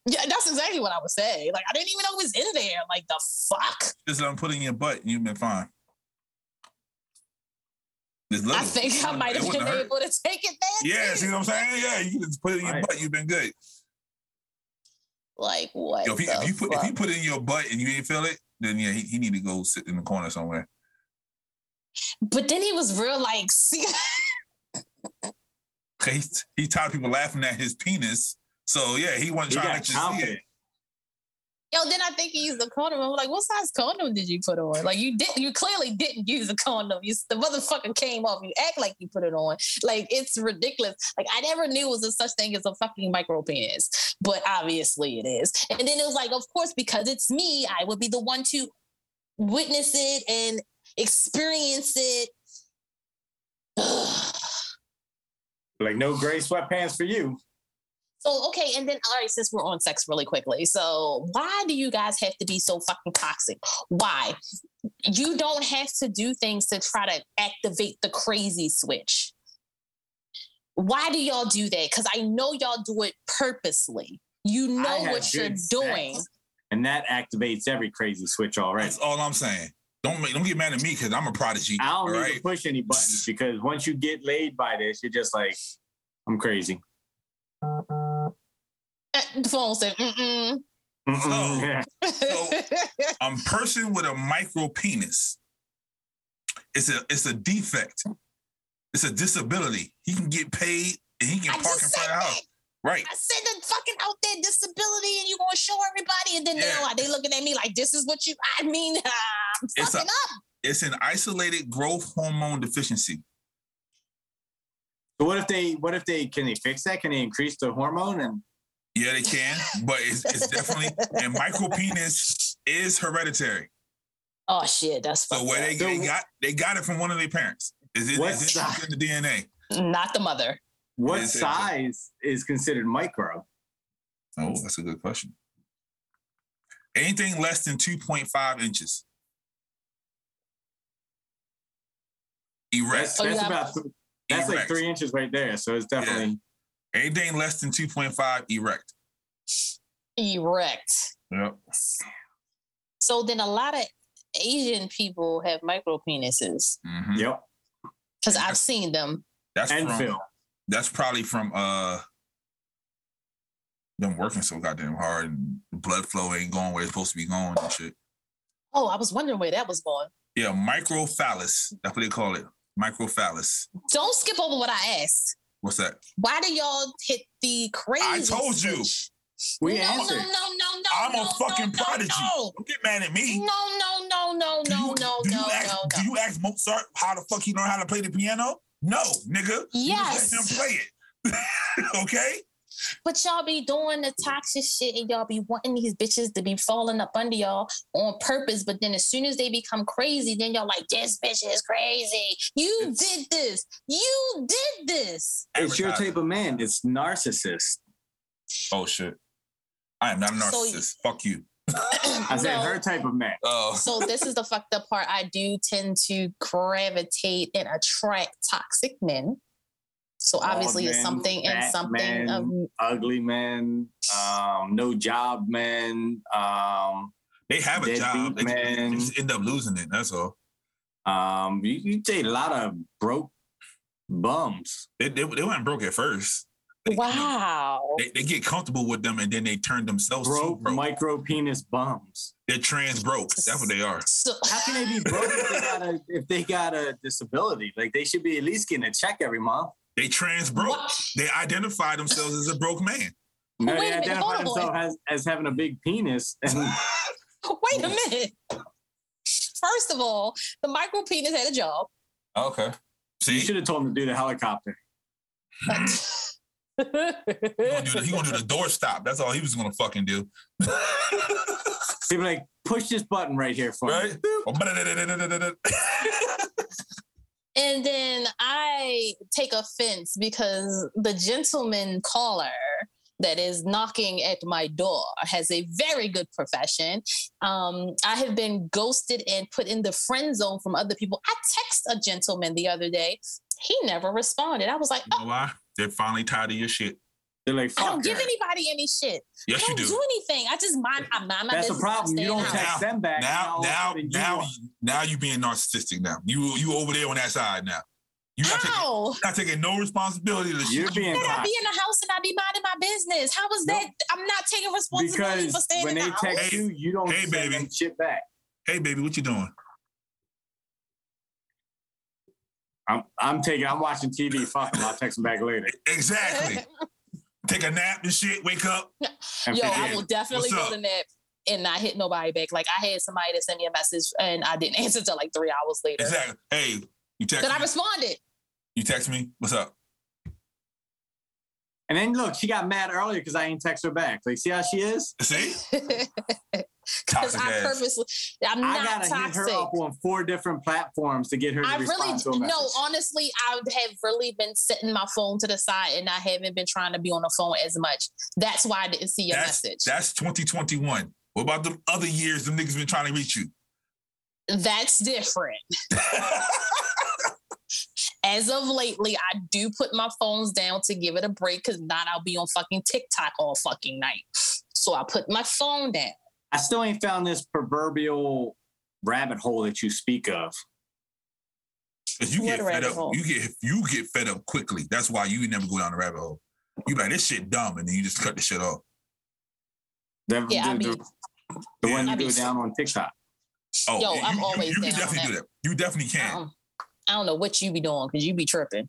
Yeah, that's exactly what I would say. Like, I didn't even know it was in there. Like, the fuck?
Just I'm putting in your butt, and you've been fine. Just
I
Oh,
little.
think I
It
might have been
wouldn't hurt.
able to take it there.
Yeah,
too.
see what I'm saying? Yeah, you can just put it in your
Right.
butt. You've been good.
Like, what?
Yo, if, you,
the
if you put if
fuck?
you put it in your butt and you didn't feel it, then yeah, he, he need to go sit in the corner somewhere.
But then he was real, like, see,
Cause he he tired of people laughing at his penis. So yeah, he wasn't trying to
He got
let you see
confident.
it.
yo, then I think he used a condom. I'm like, what size condom did you put on? Like, you didn't, you clearly didn't use a condom. You, the motherfucker came off. You act like you put it on. Like, it's ridiculous. Like, I never knew it was a such thing as a fucking micro penis, but obviously it is. And then it was like, of course, because it's me, I would be the one to witness it and experience it.
Like, no gray sweatpants for you.
So okay, and then all right, since we're on sex really quickly, so why do you guys have to be so fucking toxic? Why? You don't have to do things to try to activate the crazy switch. Why do y'all do that? Because I know y'all do it purposely. You know
had
what you're
good sex.
doing.
And that activates every crazy switch already.
That's all I'm saying. Don't make, don't get mad at me because I'm a prodigy.
I
All
don't need
right.
to push any buttons because once you get laid by this, you're just like, I'm crazy.
Uh, The phone said, mm-mm.
Mm-mm.
So- A person with a micro penis. It's a it's a defect. It's a disability. He can get paid and he can
I
park in
just said
front of
that.
the house. Right.
I said the fucking out there disability, and you gonna show everybody, and then
Yeah.
now they looking at me like this is what you. I mean, I'm
It's
fucking
a-
up.
It's an isolated growth hormone deficiency.
So what if they? What if they? Can they fix that? Can they increase the hormone? And
Yeah, they can, but it's, it's definitely and micro penis is hereditary.
Oh shit, that's
So
fucked
where they,
up.
they got they got it from one of their parents. Is it
What
is it
side?
in the DNA?
not the mother.
what
Yes, yes, yes.
size is considered micro?
Oh, that's a good question. Anything less than 2.5 inches. Erect.
That's,
Oh, you
that's
have-
about. th- That's like
erect.
three inches right there. So it's definitely.
Anything less than 2.5 erect.
Erect.
Yep.
So then a lot of Asian people have micro penises
Mhm.
Yep.
because
Mm-hmm.
I've seen them.
That's
And
from,
Phil.
That's probably from uh them working so goddamn hard and blood flow ain't going where it's supposed to be going and shit.
Oh, I was wondering where that was going.
Yeah, microphallus. That's what they call it. Microphallus.
Don't skip over what I asked.
What's that?
Why do y'all hit the crazy?
I told you.
switch?
We
no,
answered.
No, no, no, no.
I'm a
no,
fucking
no,
prodigy.
No,
Don't get mad at me.
no, no, no, no,
Do
no,
you-
no,
do you
no,
ask,
no,
Do
no.
you ask Mozart how the fuck he learned how to play the piano? No, nigga. You just let
Yes.
him play it. okay?
But y'all be doing the toxic shit and y'all be wanting these bitches to be falling up under y'all on purpose. But then as soon as they become crazy, then y'all like, this bitch is crazy. You did this. You did this.
It's your
Advertising.
type of man. It's narcissist.
Oh shit. I am not a
So-
narcissist. fuck you.
I said
No.
her type of man.
Oh.
so this is the fucked up part. I do tend to gravitate and attract toxic men. So
Bald
obviously it's
men,
something and
fat
something
men,
of
ugly men, um, no job men, um,
They have a
Deadbeat
job. They just-
man.
they just end up losing it. That's all.
um, you, you date a lot of broke bums.
They, they, they went broke at first. They,
wow.
They, they get comfortable with them and then they turn themselves
Broke,
broke. broke.
micro penis bums.
They're trans broke. That's what they are.
So
How can they be broke if they, got a, if they got a disability? Like they should be at least getting a check every month.
They trans broke.
What?
They identify themselves as a broke man.
No,
Wait
they
a minute,
identify
hold on.
themselves as, as having a big penis. And
Wait a minute. First of all, the micro penis had a job.
Okay.
you
See,
should have told them to do the helicopter.
he gonna, do the, he gonna do the door stop. That's all he was gonna fucking do.
They'd be like, push this button right here for me.
right?
and then I take offense because the gentleman caller that is knocking at my door has a very good profession. Um, I have been ghosted and put in the friend zone from other people. I text a gentleman the other day. He never responded. I was like,
You know why? They're finally tired of your shit.
They're like,
I
fuck
don't give
her.
anybody any shit. I
Yes, you
don't
do.
do anything. I just mind. I mind my
That's the
business. I'm
problem. You
staying
don't
out.
text them back.
now, now,
then you
now,
want-
you- now you being narcissistic. Now you you over there on that side. Now you not taking,
How?
not taking no responsibility. To the
You're
shit.
being
Then I
toxic.
be in the house and I be minding my business. How is
Nope.
that? I'm not taking responsibility for
because
staying
when
in
they
the house.
text
Hey,
you, you don't
hey,
send
baby.
them shit back.
Hey, baby, what you doing?
I'm, I'm taking. I'm watching TV. Fuck them. I'll text them back later.
Exactly. Take a nap and shit. Wake up.
Yo,
And forget
I
it.
will definitely
What's
go
up?
to nap and not hit nobody back. Like I had somebody that sent me a message and I didn't answer till like three hours later.
Exactly. Hey, you text
Then I
me.
responded.
You text me. What's up?
and then look, she got mad earlier because I ain't text her back. Like, see how she is?
See,
Because
toxic
I
ass.
purposely, I'm
I
not
gotta hit
toxic.
her up on four different platforms to get her to
I
respond to a
really
message.
no. Honestly, I have really been setting my phone to the side, and I haven't been trying to be on the phone as much. That's why I didn't see your
that's
message.
that's 2021. What about the other years? Them niggas been trying to reach you.
That's different. As of lately, I do put my phones down to give it a break because not I'll be on fucking TikTok all fucking night. So I put my phone down.
I still ain't found this proverbial rabbit hole that you speak of.
'Cause you
What
get
a
fed
rabbit
up.
hole.
You get you get fed up quickly. That's why you never go down the rabbit hole. You be like this shit dumb, and then you just cut the shit off.
The,
Yeah, I
the,
mean,
the, the one
Yeah.
you
I
go
be-
down on TikTok.
Oh,
Yo,
you,
I'm
you-
always
you, can
down
definitely
on
do that. You definitely can.
um, I don't know what you be doing because you be tripping.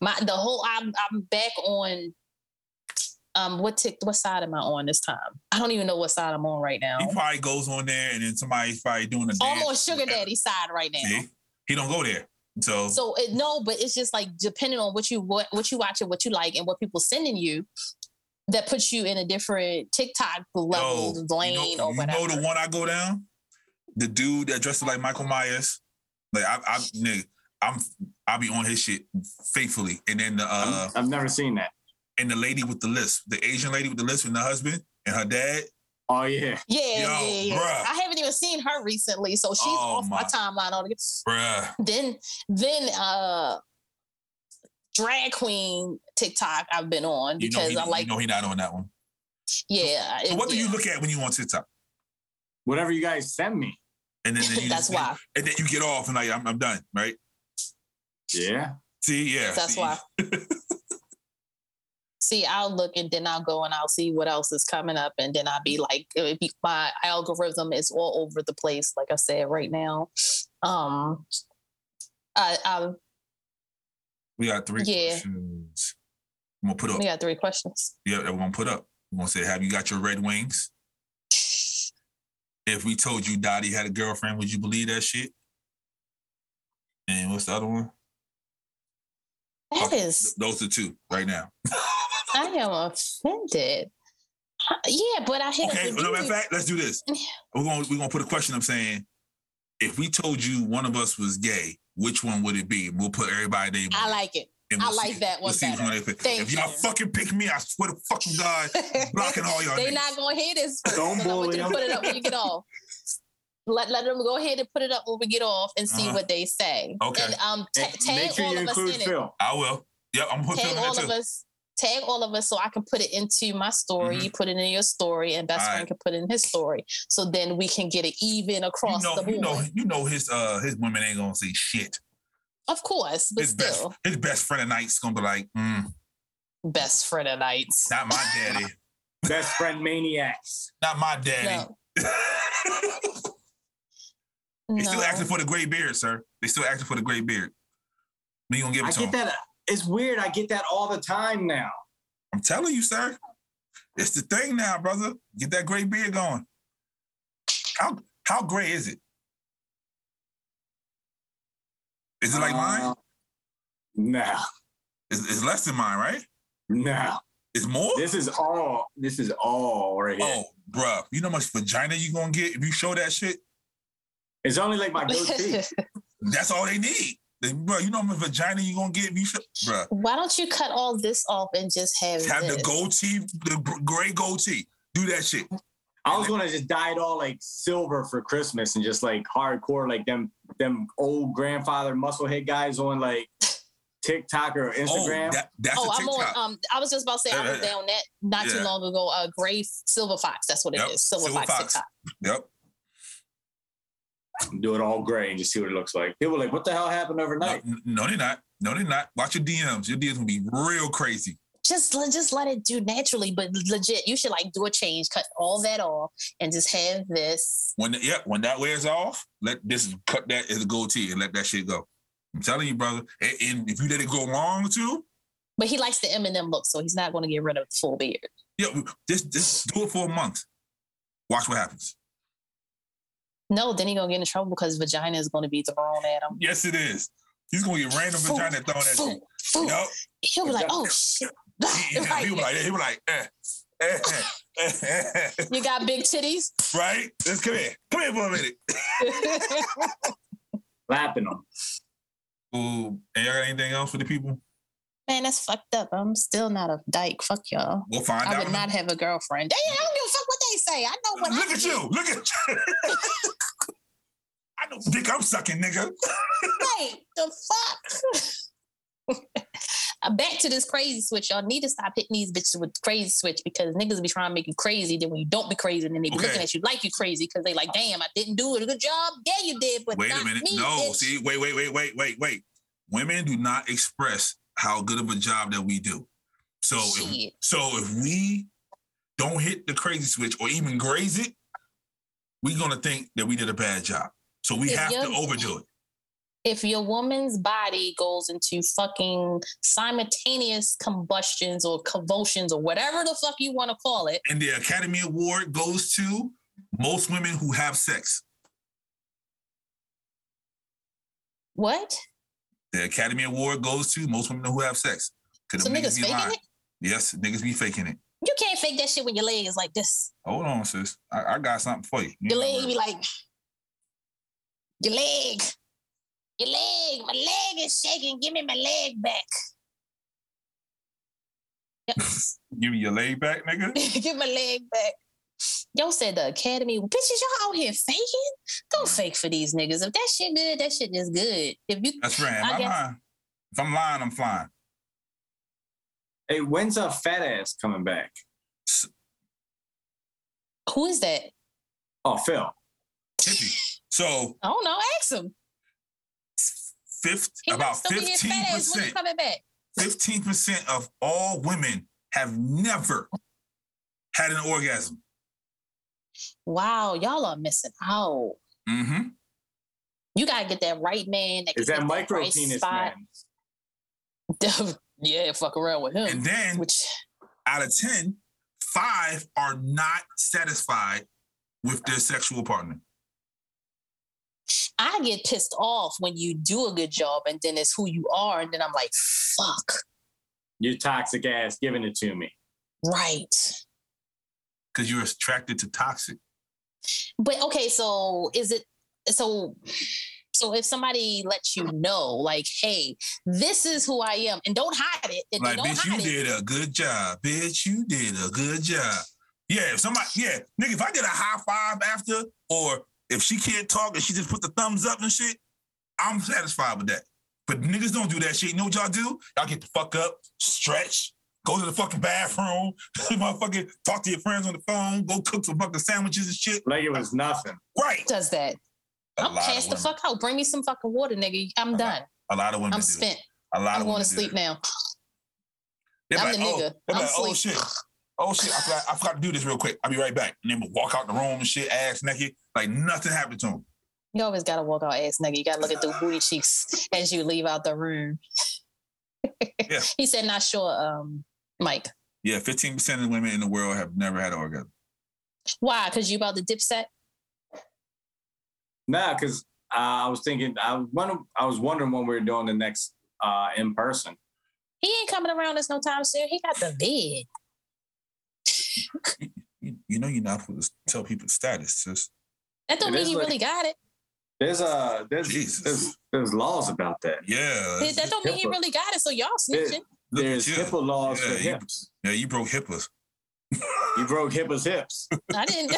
My the whole I'm I'm back on. Um, what tick? What side am I on this time? I don't even know what side I'm on right now.
He probably goes on there, and then somebody's probably doing a
I'm on
dance.
sugar daddy side right now.
See, he don't go there. So,
So it, no, but it's just like depending on what you what what you watching, what you like, and what people sending you, that puts you in a different TikTok
yo,
level lane
you know,
or whatever.
you know the one I go down, the dude that dressed like Michael Myers. Like I, I nigga, I'm I'll be on his shit faithfully, and then the
I'm-
uh,
I've never seen that.
and the lady with the list, the Asian lady with the list, and the husband and her dad.
Oh yeah.
yeah,
Yo,
yeah, yeah.
bruh.
I haven't even seen her recently, so she's
Oh,
off my,
my-
timeline on
Bruh.
Then, then uh, drag queen TikTok I've been on
You know,
because
he,
I'm like,
you know he not on that one.
yeah.
So
it-
what do
yeah.
you look at when you on TikTok?
Whatever you guys send me.
and then, then you
That's
just-
why.
and then you get off and like I'm, I'm done, right?
Yeah.
See, yeah,
That's
see,
why. See, I'll look and then I'll go and I'll see what else is coming up, and then I'll be like, it would be, my algorithm is all over the place. Like I said, right now, um, I, I
we got three
Yeah.
questions. I'm gonna put up.
we got three questions.
Yeah, that we're gonna put up. We're gonna say, have you got your red wings? If we told you Dottie had a girlfriend, would you believe that shit? And what's the other one?
That
Okay,
is
Th- Those are two right now.
I am offended. Uh, Yeah, but I hit
Okay.
up
No, matter of
with you.
fact, let's do this. We're gonna we're gonna put a question. I'm saying, if we told you one of us was gay, which one would it be? We'll put everybody name.
I like it.
and
I like
see-
that one
we'll see which
better.
they pick.
Thank
if y'all
you.
fucking pick me, I swear to fucking God, blocking all y'all.
they
niggas.
not gonna hear this. first,
Don't
but I want you
bully
to
'em.
put it up when you get off. Let let them go ahead and put it up when we get off and see
Uh-huh.
what they say.
Okay.
And um, ta-
And
tag
make sure
all
you
of us
include
in it.
Phil.
I will. Yep, I'm gonna put
Tag
them in
all
there
of
too.
us. Tag all of us so I can put it into my story.
Mm-hmm.
You put it in your story, and best
All
friend
right.
can put it in his story. So then we can get it even
You
across
know,
the board.
you know, you know his uh his women ain't gonna say shit.
of course, but
His best
still,
his best friend tonight's gonna be like, mm,
best, friend of nights.
not my daddy,
Best friend maniacs.
not my daddy.
No.
they still
No.
acting for the gray beard, sir. They still acting for the gray beard. Me gonna give it
I
to him.
get that. uh, It's weird. I get that all the time now.
I'm telling you, sir. It's the thing now, brother. Get that gray beard going. How how gray is it? Is it like mine?
Uh, No,
It's, it's less than mine, right?
no.
It's more.
This is all. This is all right here.
Oh, bruh, you know how much vagina you gonna get if you show that shit?
It's only like my goatee.
That's all they need. They, bruh, you know how much vagina you gonna get if you show, bruh.
Why don't you cut all this off and just have,
Have the
this?
goatee, the gr- gray goatee. Do that shit.
I was gonna just dye it all like silver for Christmas and just like hardcore like them them old grandfather musclehead guys on like TikTok or
Oh,
Instagram.
that, that's
Oh,
a
I'm on.
TikTok.
Um, I was just about to say I was
Yeah.
down that not
Yeah.
too long ago. Uh, Gray Silver Fox. That's what it is.
Yep,
Silver,
Silver
Fox,
Fox.
TikTok.
yep.
Do it all gray and just see what it looks like. People like, what the hell happened
No,
overnight?
no, they're not. No, they're not. Watch your DMs. Your DMs gonna be real crazy.
Just let just let it do naturally, but legit. You should like do a change, cut all that off, and just have this.
When yep, when that wears off, let this cut that as a goatee and let that shit go. I'm telling you, brother. And, and if you let it go long too,
But he likes the Eminem look, so he's not going to get rid of the full beard.
yeah, just just do it for a month. Watch what happens.
No, then he's gonna get in trouble because vagina is going to be thrown at him.
Yes, it is. He's gonna get random
Fool,
vagina thrown at
fool,
you.
fool.
Yup.
He'll be like, "Oh shit!"
He, he,
Right.
he was like, he was like, eh, eh, eh, eh, eh.
you got big titties.
right? Let's come here. Come here for a minute.
Lapping them.
Ooh, and y'all got anything else for the people?
Man, that's fucked up. I'm still not a dyke. Fuck y'all.
We'll find
I
out.
would not have a girlfriend. Damn, I don't give a fuck what they say. I know what
Look
I
at
do.
you. Look at you. I know dick I'm sucking, nigga.
Right. The fuck? Uh, Back to this crazy switch. Y'all need to stop hitting these bitches with crazy switch because niggas be trying to make you crazy. Then when you don't be crazy, then they be
Okay.
looking at you like you crazy because they like, damn, I didn't do it. a good job. Yeah, you did, but
wait
not
a minute.
me,
no,
bitch.
see, wait, wait, wait, wait, wait, wait. Women do not express how good of a job that we do. So if,
Shit.
so if we don't hit the crazy switch or even graze it, we're gonna think that we did a bad job. So we
If
have to
you're-
overdo it.
if your woman's body goes into fucking simultaneous combustions or convulsions or whatever the fuck you want to call it,
And the Academy Award goes to most women who have sex.
what?
The Academy Award goes to most women who have sex. 'Cause
So
them
niggas faking it?
Yes, niggas be faking it.
You can't fake that shit when your leg is like this.
Hold on, sis. I, I got something for you. You
Your leg
ain't gotta
be
worry.
like, your leg, your leg, my leg is shaking. Give me my leg back.
Give me your leg back, nigga.
Give my leg back. Yo said the academy, bitches, y'all out here faking? Don't fake for these niggas. If that shit good, that shit is good. If you
That's right. Am
I
I,
guess-
lying? If I'm lying, I'm flying.
Hey, when's a fat ass coming back?
who is that?
Oh, Phil.
Tippy. So
I don't know. Ask him.
fifth,
He
about
about still be in
fifteen
fat ass when he
percent,
coming back.
fifteen percent of all women have never had an orgasm.
Wow, y'all are missing out.
Mm-hmm.
You gotta get that right man. That
Is
can
that
hit
micro
right
penis
spot.
man?
yeah, fuck around with him.
And then
Which
out of 10, five are not satisfied with their sexual partner.
I get pissed off when you do a good job and then it's who you are, and then I'm like, fuck.
Your toxic ass giving it to me.
Right.
Because you're attracted to toxic.
But okay, so is it so so if somebody lets you know, like, hey, this is who I am, and don't hide it. If
Like,
they don't
bitch, you
hide it,
did a good job. Bitch, you did a good job. Yeah, if somebody, yeah, nigga, if I get a high five after, or if she can't talk and she just put the thumbs up and shit, I'm satisfied with that. But niggas don't do that shit. You know what y'all do? Y'all get the fuck up, stretch, go to the fucking bathroom, motherfucking talk to your friends on the phone, go cook some fucking sandwiches and shit.
Like it was nothing.
Right.
does that.
A
I'm
lot of
passed the
women-
fuck out. Bring me some fucking water, nigga. I'm
lot.
done.
A lot of women.
I'm
do.
spent.
A lot
I'm
of
going
women
to sleep
do. that.
now.
They're
I'm the
like,
nigga.
Oh, they're
I'm
like, oh
sleep.
shit. Oh shit. I forgot, I forgot to do this real quick. I'll be right back. And then we'll walk out the room and shit, ass naked. Like nothing happened to them.
You always gotta walk out ass nigga. You gotta look at the booty cheeks as you leave out the room.
Yeah.
He said, not sure, um, Mike.
Yeah, 15% of the women in the world have never had an orgasm.
Why? Cause you about the dip set?
Nah, because uh, I was thinking, I was, wondering, I was wondering when we were doing the next uh, in person.
He ain't coming around us no time soon. He got the bed.
You, you know you're not supposed to tell people status, sis.
That don't
It
mean
is
he
like-
really got it.
There's uh, there's,
Jesus.
there's there's laws about that.
Yeah.
That- That don't mean he
different.
really got it. So y'all snitching.
Look at
There's
you.
HIPAA laws
Yeah,
for
you-
hips.
Yeah, you broke HIPAAs.
You broke HIPAA's hips.
I didn't.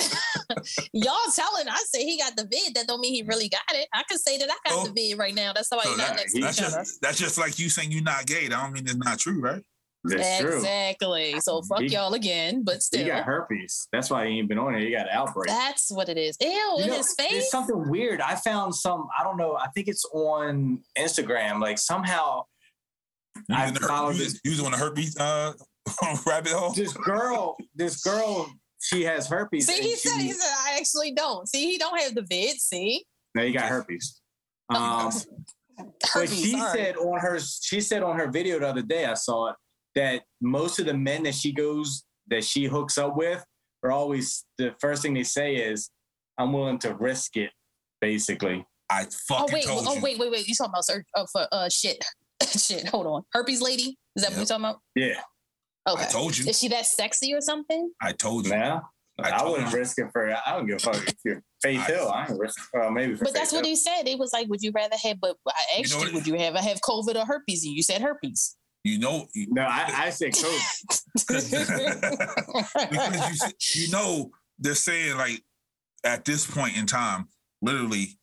y'all telling. I say he got the vid. That don't mean he really got it. I can say that I got
Oh.
the vid right now. That's
Oh,
somebody
So
not
that-
next to
that's,
each other.
just, that's just like you saying you're not gay. That don't mean it's not true, right?
That's true.
Exactly. So fuck
He-
y'all again, but
He
still.
got herpes. That's why he ain't been on here. He got an outbreak.
That's what it is. Ew, in
You know,
his
There's
face.
something weird. I found some. I don't know. I think it's on Instagram. Like somehow
You
I
was in the-
followed
you
it.
was- You was on a herpes uh, rabbit hole.
this girl, this girl, she has herpes.
See,
and
he
she-
said, he said, I actually don't. See, he don't have the vid. See,
no, he got herpes.
Oh,
Um, but
Herpes,
she
all right.
said on her, she said on her video the other day, I saw it, that most of the men that she goes, that she hooks up with, are always the first thing they say is, "I'm willing to risk it." Basically,
I
"Oh
fucking
wait,
told
oh
you.
wait, wait, wait. You talking about sur- uh, for uh shit, shit? Hold on, herpes lady. Is that what you
Yep.
talking about?
yeah.
I
Okay,
told you.
is she that sexy or something?
I told you.
Now,
I
I,
told
wouldn't
you.
risk it for. I don't give a fuck if you're Faith
I-
Hill. I ain't risk. Well, maybe. For
But that's
Faith
what
Hill.
he said. It was like, would you rather have? But I
You
asked
know
you,
what-
would you have? I have COVID or herpes, and you said herpes.
You know, you-
No, I, I said COVID.
because you, s- you know they're saying like at this point in time, literally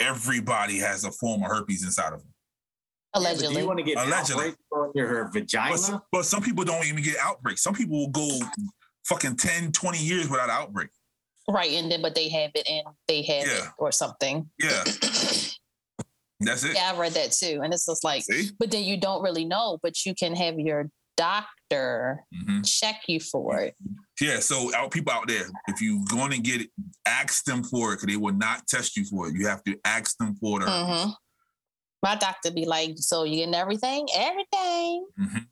everybody has a form of herpes inside of them.
Yeah, but Do
Allegedly,
you want to get
Allegedly.
outbreaks on your her vagina?
But, s- but some people don't even get outbreaks. Some people will go fucking 10, 20 years without an outbreak.
right? And then, but they have it, and they have it
Yeah.
or something.
Yeah. That's it.
Yeah, I read that too, and it's just like.
See?
but then you don't really know but you can have your doctor
Mhm.
check you for it
Yeah. So out people out there, if you going to get it, ask them for it because they will not test you for it. You have to ask them for it.
Mhm. my doctor be like so you getting everything everything
Mm-hmm.
Mhm.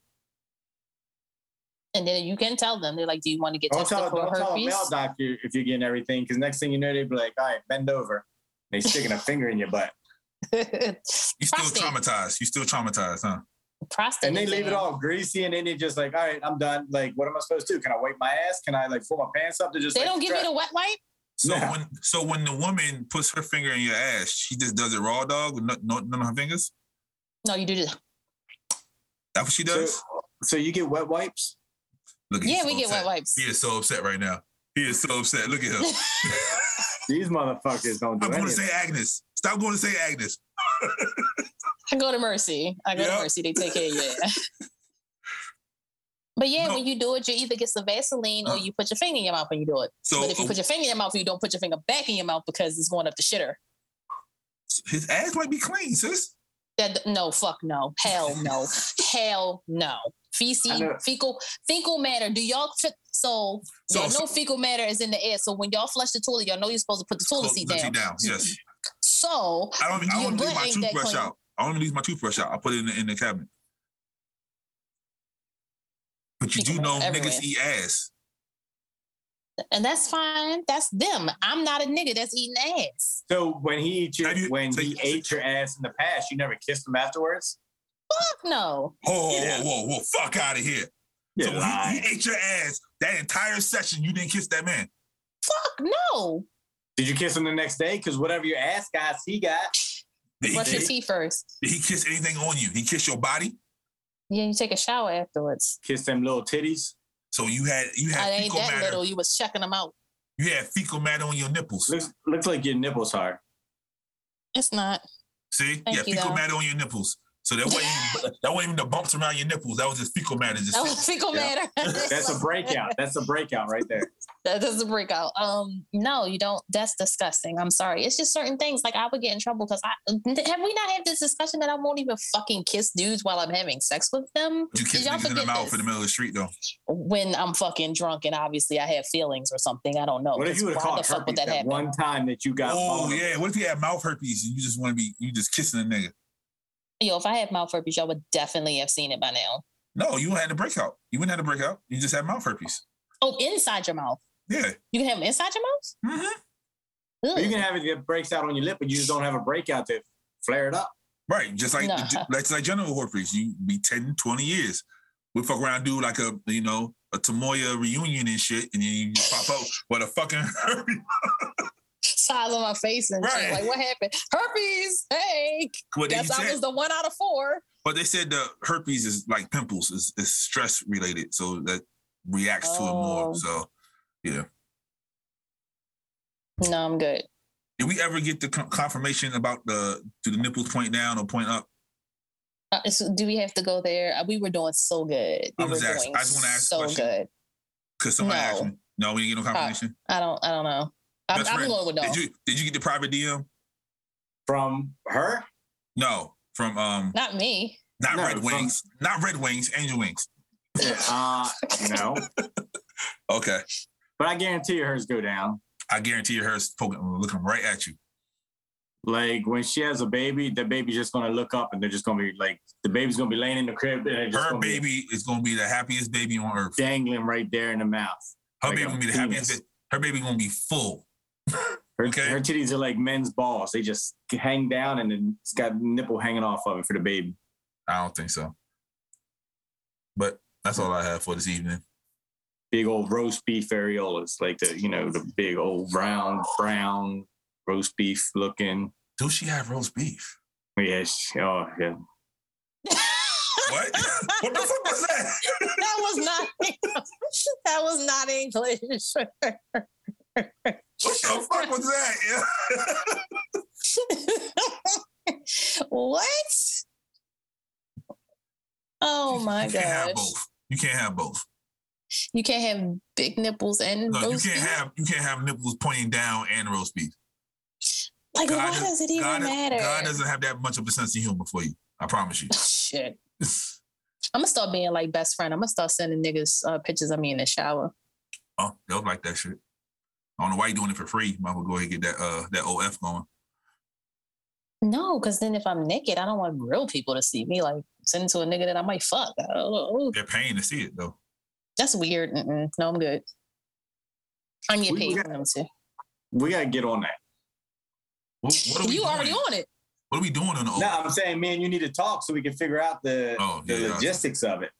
and then you can tell them they're like do you want to get
Don't
tested
tell,
for
don't tell a
herpes
male doctor if you're getting everything, because next thing you know, they'd be like, all right, bend over. They sticking a finger in your butt.
You still
Prostate.
traumatized. You still traumatized, huh?
prostate
And they leave it
exam.
all greasy, and then they just like, all right, I'm done. Like, what am I supposed to do? Can I wipe my ass? Can I like pull my pants up to just
they
like,
don't give you the wet wipe
So
Yeah.
when so when the woman puts her finger in your ass, she just does it raw dog with no, no, none of her fingers.
no you do this
That's what she
so,
does.
so you get wet wipes?
Look, he's
yeah
so
we get wet
upset.
wipes
He is so upset right now. He is so upset. Look at him.
These motherfuckers don't do
I'm going to
anything.
say Agnes. Stop going to say Agnes.
I go to Mercy. I go
Yep.
to Mercy. They take care of you. But yeah,
No.
when you do it, you either get some Vaseline or
Uh.
you put your finger in your mouth when you do it.
So oh,
but if you put your finger in your mouth, you don't put your finger back in your mouth because it's going up the shitter.
His ass might be clean, sis.
That no, fuck no, hell no, hell no.
I
Feces,
know.
fecal, fecal matter. Do y'all fi- so?
So-
y'all know fecal matter is in the air. So when y'all flush the toilet, y'all know you're supposed to put the toilet
Close
seat
the
down.
Yes.
So
I don't. I
Your
want to leave
butt
my
ain't that
toothbrush
clean.
out. I want to leave my toothbrush out. I put it in the, in the cabinet. But you
Speaking
do
of
know
everywhere.
niggas eat ass.
and that's fine. That's them. I'm not a nigga that's eating ass.
So when he eat your,
Have you-
when
so
he
you-
ate your ass in the past, you never kissed him afterwards.
Fuck no.
Whoa, whoa,
Yeah.
whoa, whoa, whoa! Fuck out of here. So
You're
he,
lying.
he ate your ass that entire session. You didn't kiss that man.
Fuck no.
Did you kiss him the next day? Because whatever your ass got, he got.
Did he,
Brush your
kiss,
teeth first.
did he kiss anything on you? He kissed your body.
Yeah, you take a shower afterwards.
Kiss them little titties.
So you had you
I
had
ain't
fecal
that
matter.
little. You was checking them out.
You had fecal matter on your nipples.
Looks looks like your nipples hard.
It's not.
See,
Thank
yeah,
you,
fecal
though.
matter on your nipples. So that wasn't even, that wasn't even the bumps around your nipples. That was just fecal matter. Just
That was fecal
Yeah.
matter.
That's a breakout. That's a breakout right there.
That doesn't break out. Um, no, you don't. That's disgusting. I'm sorry. It's just certain things. Like I would get in trouble because I have we not had this discussion that I won't even fucking kiss dudes while I'm having sex with them.
you
Did
kiss
y'all
niggas in the
forget
mouth
this?
in the middle of the street though.
When I'm fucking drunk and obviously I have feelings or something. I don't know.
What if
Oh, 'Cause
you would have
why
caught
the fuck
herpes
would that
that,
happen?
one time that you got?
Oh
vulnerable?
yeah. What if you had mouth herpes and you just want to be you just kissing a nigga?
Yo, if I had mouth herpes, y'all would definitely have seen it by now.
No, you had a breakout. You wouldn't have a breakout. You just had mouth herpes.
Oh, inside your mouth.
Yeah.
You can have them inside your mouth.
hmm
Or You
Ugh.
can have it that breaks out on your lip, but you just don't have a breakout to flare it up.
Right. Just like
Nah.
that's like general herpes. You be 10, 20 years. We fuck around, do like a you know a Tamoya reunion and shit, and then you just pop out with a fucking herpes.
Size on my face and shit.
Right.
Like what happened? Herpes. Hey,
What they
guess I
said-
was the one out of four.
But they said the herpes is like pimples is, is stress related, so that reacts to it
Oh.
more. So
No, I'm good.
did we ever get the con- confirmation about the do the nipples point down or point up?
Uh, so do we have to go there? Uh, We were doing so good. We
I was
were
asked-
doing
I just wanna ask a
so
question.
good.
Because somebody
No.
asked me. No, we didn't get no confirmation.
I don't. I don't know. I'm,
Best
I'm
friend,
going with no.
Did you did you get the private DM?
From her?
No, from um
Not me.
not
No,
Red
from-
Wings, not Red Wings, Angel Wings.
Uh, no.
Okay,
But I guarantee you hers go down.
I guarantee you, hers poking, looking right at you.
Like when she has a baby, the baby's just gonna look up and they're just gonna be like, the baby's gonna be laying in the crib and they're just
Her
gonna be
baby is gonna be the happiest baby on earth.
dangling right there in the mouth.
Her
like
baby
a
gonna be the
penis.
happiest. ba- Her baby gonna be full.
Her,
Okay.
her titties are like men's balls. They just hang down and then it's got nipple hanging off of it for the baby.
I don't think so. But that's all I have for this evening.
Big old roast beef areolas, like the you know the big old round brown roast beef looking.
Do she have roast beef?
Yes, oh yeah.
What? what the fuck was that?
That was not. that was not English.
What the fuck was that?
what? Oh my
you can't have
gosh!
both. You can't have both.
You can't have big nipples and
No,
roast
you can't
beef?
have you can't have nipples pointing down and roast beef.
Like,
God
why
does-
does it even
God,
matter?
God doesn't have that much of a sense of humor for you. I promise you.
Shit. I'm gonna start being like best friend. I'm gonna start sending niggas uh, pictures of me in the shower.
Oh, they'll like that shit. I don't know why you doing it for free. Might as well go ahead and get that uh that OF going.
No, because then if I'm naked, I don't want real people to see me. Like send it to a nigga that I might fuck. Oh,
They're paying to see it though.
that's weird. Mm-mm. No, I'm good. I'm getting
We- we
paid
got-
for them too.
We gotta get on that.
What, what are we
You
doing?
already on it.
What are we doing on the OF?
No, I'm saying, man, you need to talk so we can figure out the,
Oh,
the
yeah, yeah.
logistics of it.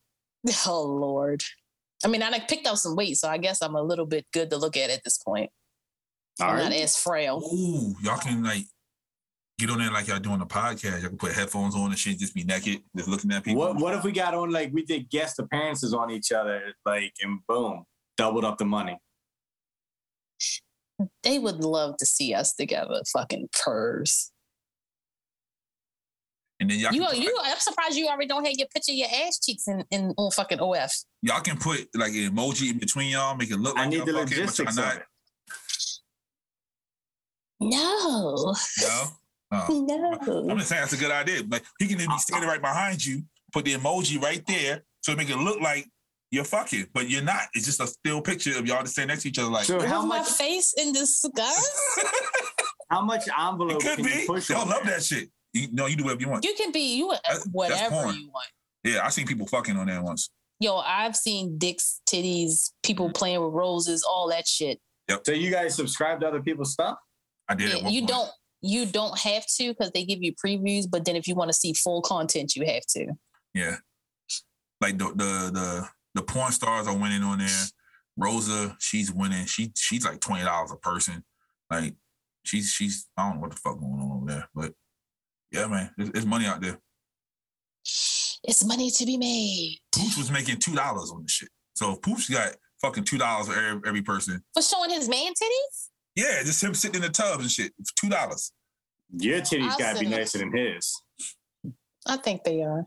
Oh Lord. I mean, I done picked up some weight, so I guess I'm a little bit good to look at at this point.
All
I'm not
right.
as frail.
Ooh, y'all can like get on there like y'all doing a podcast. Y'all can put headphones on and shit, just be naked, just looking at people.
What what if we got on like we did guest appearances on each other, like and boom, doubled up the money.
They would love to see us together. Fucking purrs.
And then y'all
You,
can, put,
you. I'm surprised you already don't have your picture of your ass cheeks in, in on fucking OF.
like, y'all can put like an emoji in between y'all, make it look like
I need
y'all
the
fucking, but
logistics
y'all
of
not,
it.
No.
No. Uh, I'm
No.
just saying that's a good idea. But he can be standing right behind you, put the emoji right there, so it make it look like you're fucking, but you're not. It's just a still picture of y'all just standing next to each other, like.
So
With
how
my
much
face in disgust?
how much
it
envelope
could
can
be.
you push
Y'all
on?
love that shit. You, no, you do whatever you want.
You can be you
that's
whatever
porn.
you want.
Yeah, I seen people fucking on that once.
Yo, I've seen dicks, titties,
Mm-hmm.
people playing with roses, all that shit.
So you guys subscribe to other people's stuff?
I did.
Yeah,
at one
you
point.
don't you don't have to because they give you previews, but then if you want to see full content, you have to.
Yeah. Like the the the the porn stars are winning on there. Rosa, she's winning. She she's like twenty dollars a person. Like she's she's I don't know what the fuck going on over there, but yeah, man, there's, there's money out there.
It's money to be made
Pooch was making two dollars on this shit. So if Pooch got fucking two dollars for every, every person.
for showing his man titties.
Yeah, just him sitting in the tub and shit. It's Two dollars.
Your titties
I'll
gotta be
send them.
nicer than his.
I think they are.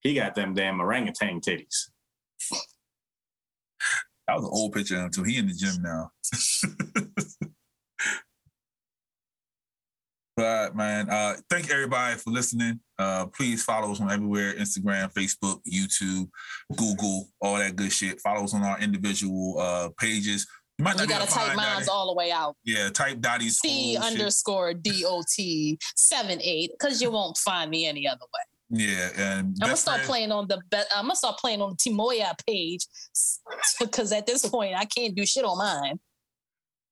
He got them damn orangutan titties.
That was an old picture of him too. He in the gym now. but man, uh, thank everybody for listening. Uh, please follow us on everywhere: Instagram, Facebook, YouTube, Google, all that good shit. Follow us on our individual uh, pages. You might not
You
be
gotta
able to
type
find
mine's
Dottie.
all the way out.
Yeah, type Dottie's
C
whole shit.
underscore D O T seven eight because you won't find me any other way.
Yeah, and
I'm gonna
best
start
friend-
playing on the be- I'm gonna start playing on the Timoya page because at this point I can't do shit on mine.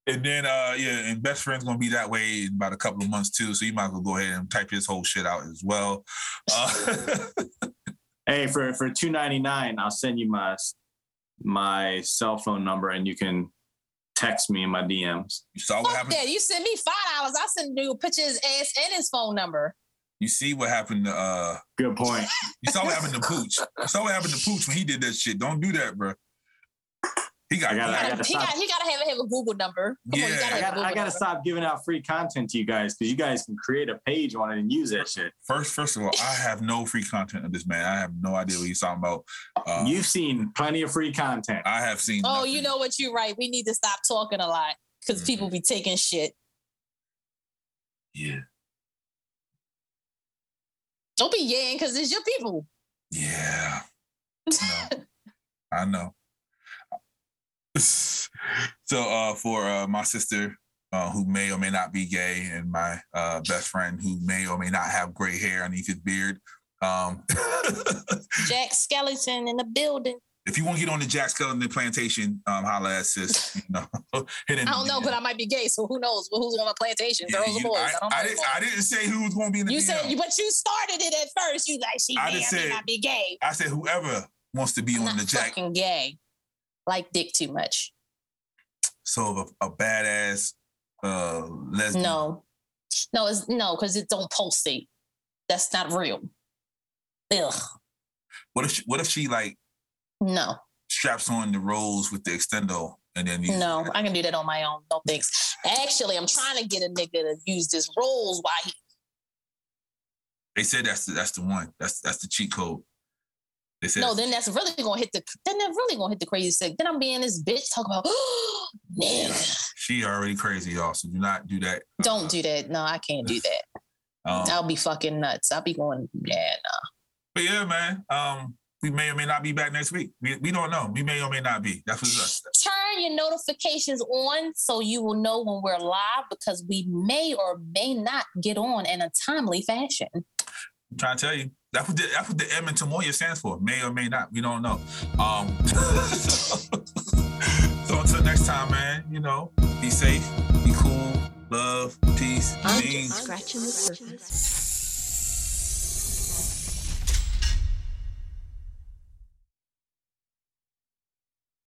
And then uh yeah, and best friend's gonna be that way in about a couple of months too. So you might as well go ahead and type his whole shit out as well. Uh,
Hey, for for two ninety nine, I'll send you my my cell phone number and you can text me in my DMs.
you saw what
Fuck
happened.
that! You send me five dollars, I send you put his ass and his phone number.
You see what happened to uh
Good point.
you saw what happened to Pooch. You saw what happened to Pooch when he did that shit. Don't do that, bro. He got,
I
he
gotta- I
got-
gotta
he
stop.
got he gotta have, have a Google number. Come on, you
Yeah.
gotta
I
have a
gotta,
Google
I gotta
number.
stop giving out free content to you guys because you guys can create a page on it and use that shit.
first first of all, I have no free content of this man. I have no idea what he's talking about. Uh,
You've seen plenty of free content.
I have seen
Oh,
nothing.
you know what? You're right. We need to stop talking a lot because
Mhm.
people be taking shit.
Yeah.
Don't be yang because it's your people.
Yeah. I know. I know. so uh for uh my sister uh, who may or may not be gay and my uh best friend who may or may not have gray hair underneath his beard. Um
Jack Skeleton in the building.
if you want to get on the Jack Skellington plantation, um, holla at sis. You know, hit in
I don't know, but I might be gay, so who knows? Well, who's on the plantation? Girls or boys? I,
I,
don't know.
I didn't, I didn't say who was going to be in the
you
DM.
said, but you started it at first. You like she
I
may
just
or may
said-
not be gay.
I said whoever wants to be
I'm
on
not
the Jack.
fucking gay. Like dick too much.
So a, a badass uh, lesbian.
No, no, it's no because it don't pulsate. That's not real. Ugh,
What if she, what if she like
no,
straps on the rolls with the extendo and then you
no, I can do that on my own. No thanks. Actually, I'm trying to get a nigga to use this rolls while he
They said that's the, that's the one. That's that's the cheat code. They said
No, then that's really gonna hit the then that's really gonna hit the crazy sick. Then I'm being this bitch talk about nigga.
she already crazy, y'all. So do not do that. Uh,
Don't do that. No, I can't do that.
Um,
I'll be fucking nuts. I'll be going, yeah, no.
But yeah, man. Um, we may or may not be back next week. We, we don't know. We may or may not be. That's what's us.
Turn your notifications on so you will know when we're live because we may or may not get on in a timely fashion.
I'm trying to tell you. That's what the that's what the M and Tamoya stands for. May or may not. We don't know. Um so, so until next time, man, you know, be safe, be cool, love, peace,
I'm
beans.
just scratching the surface.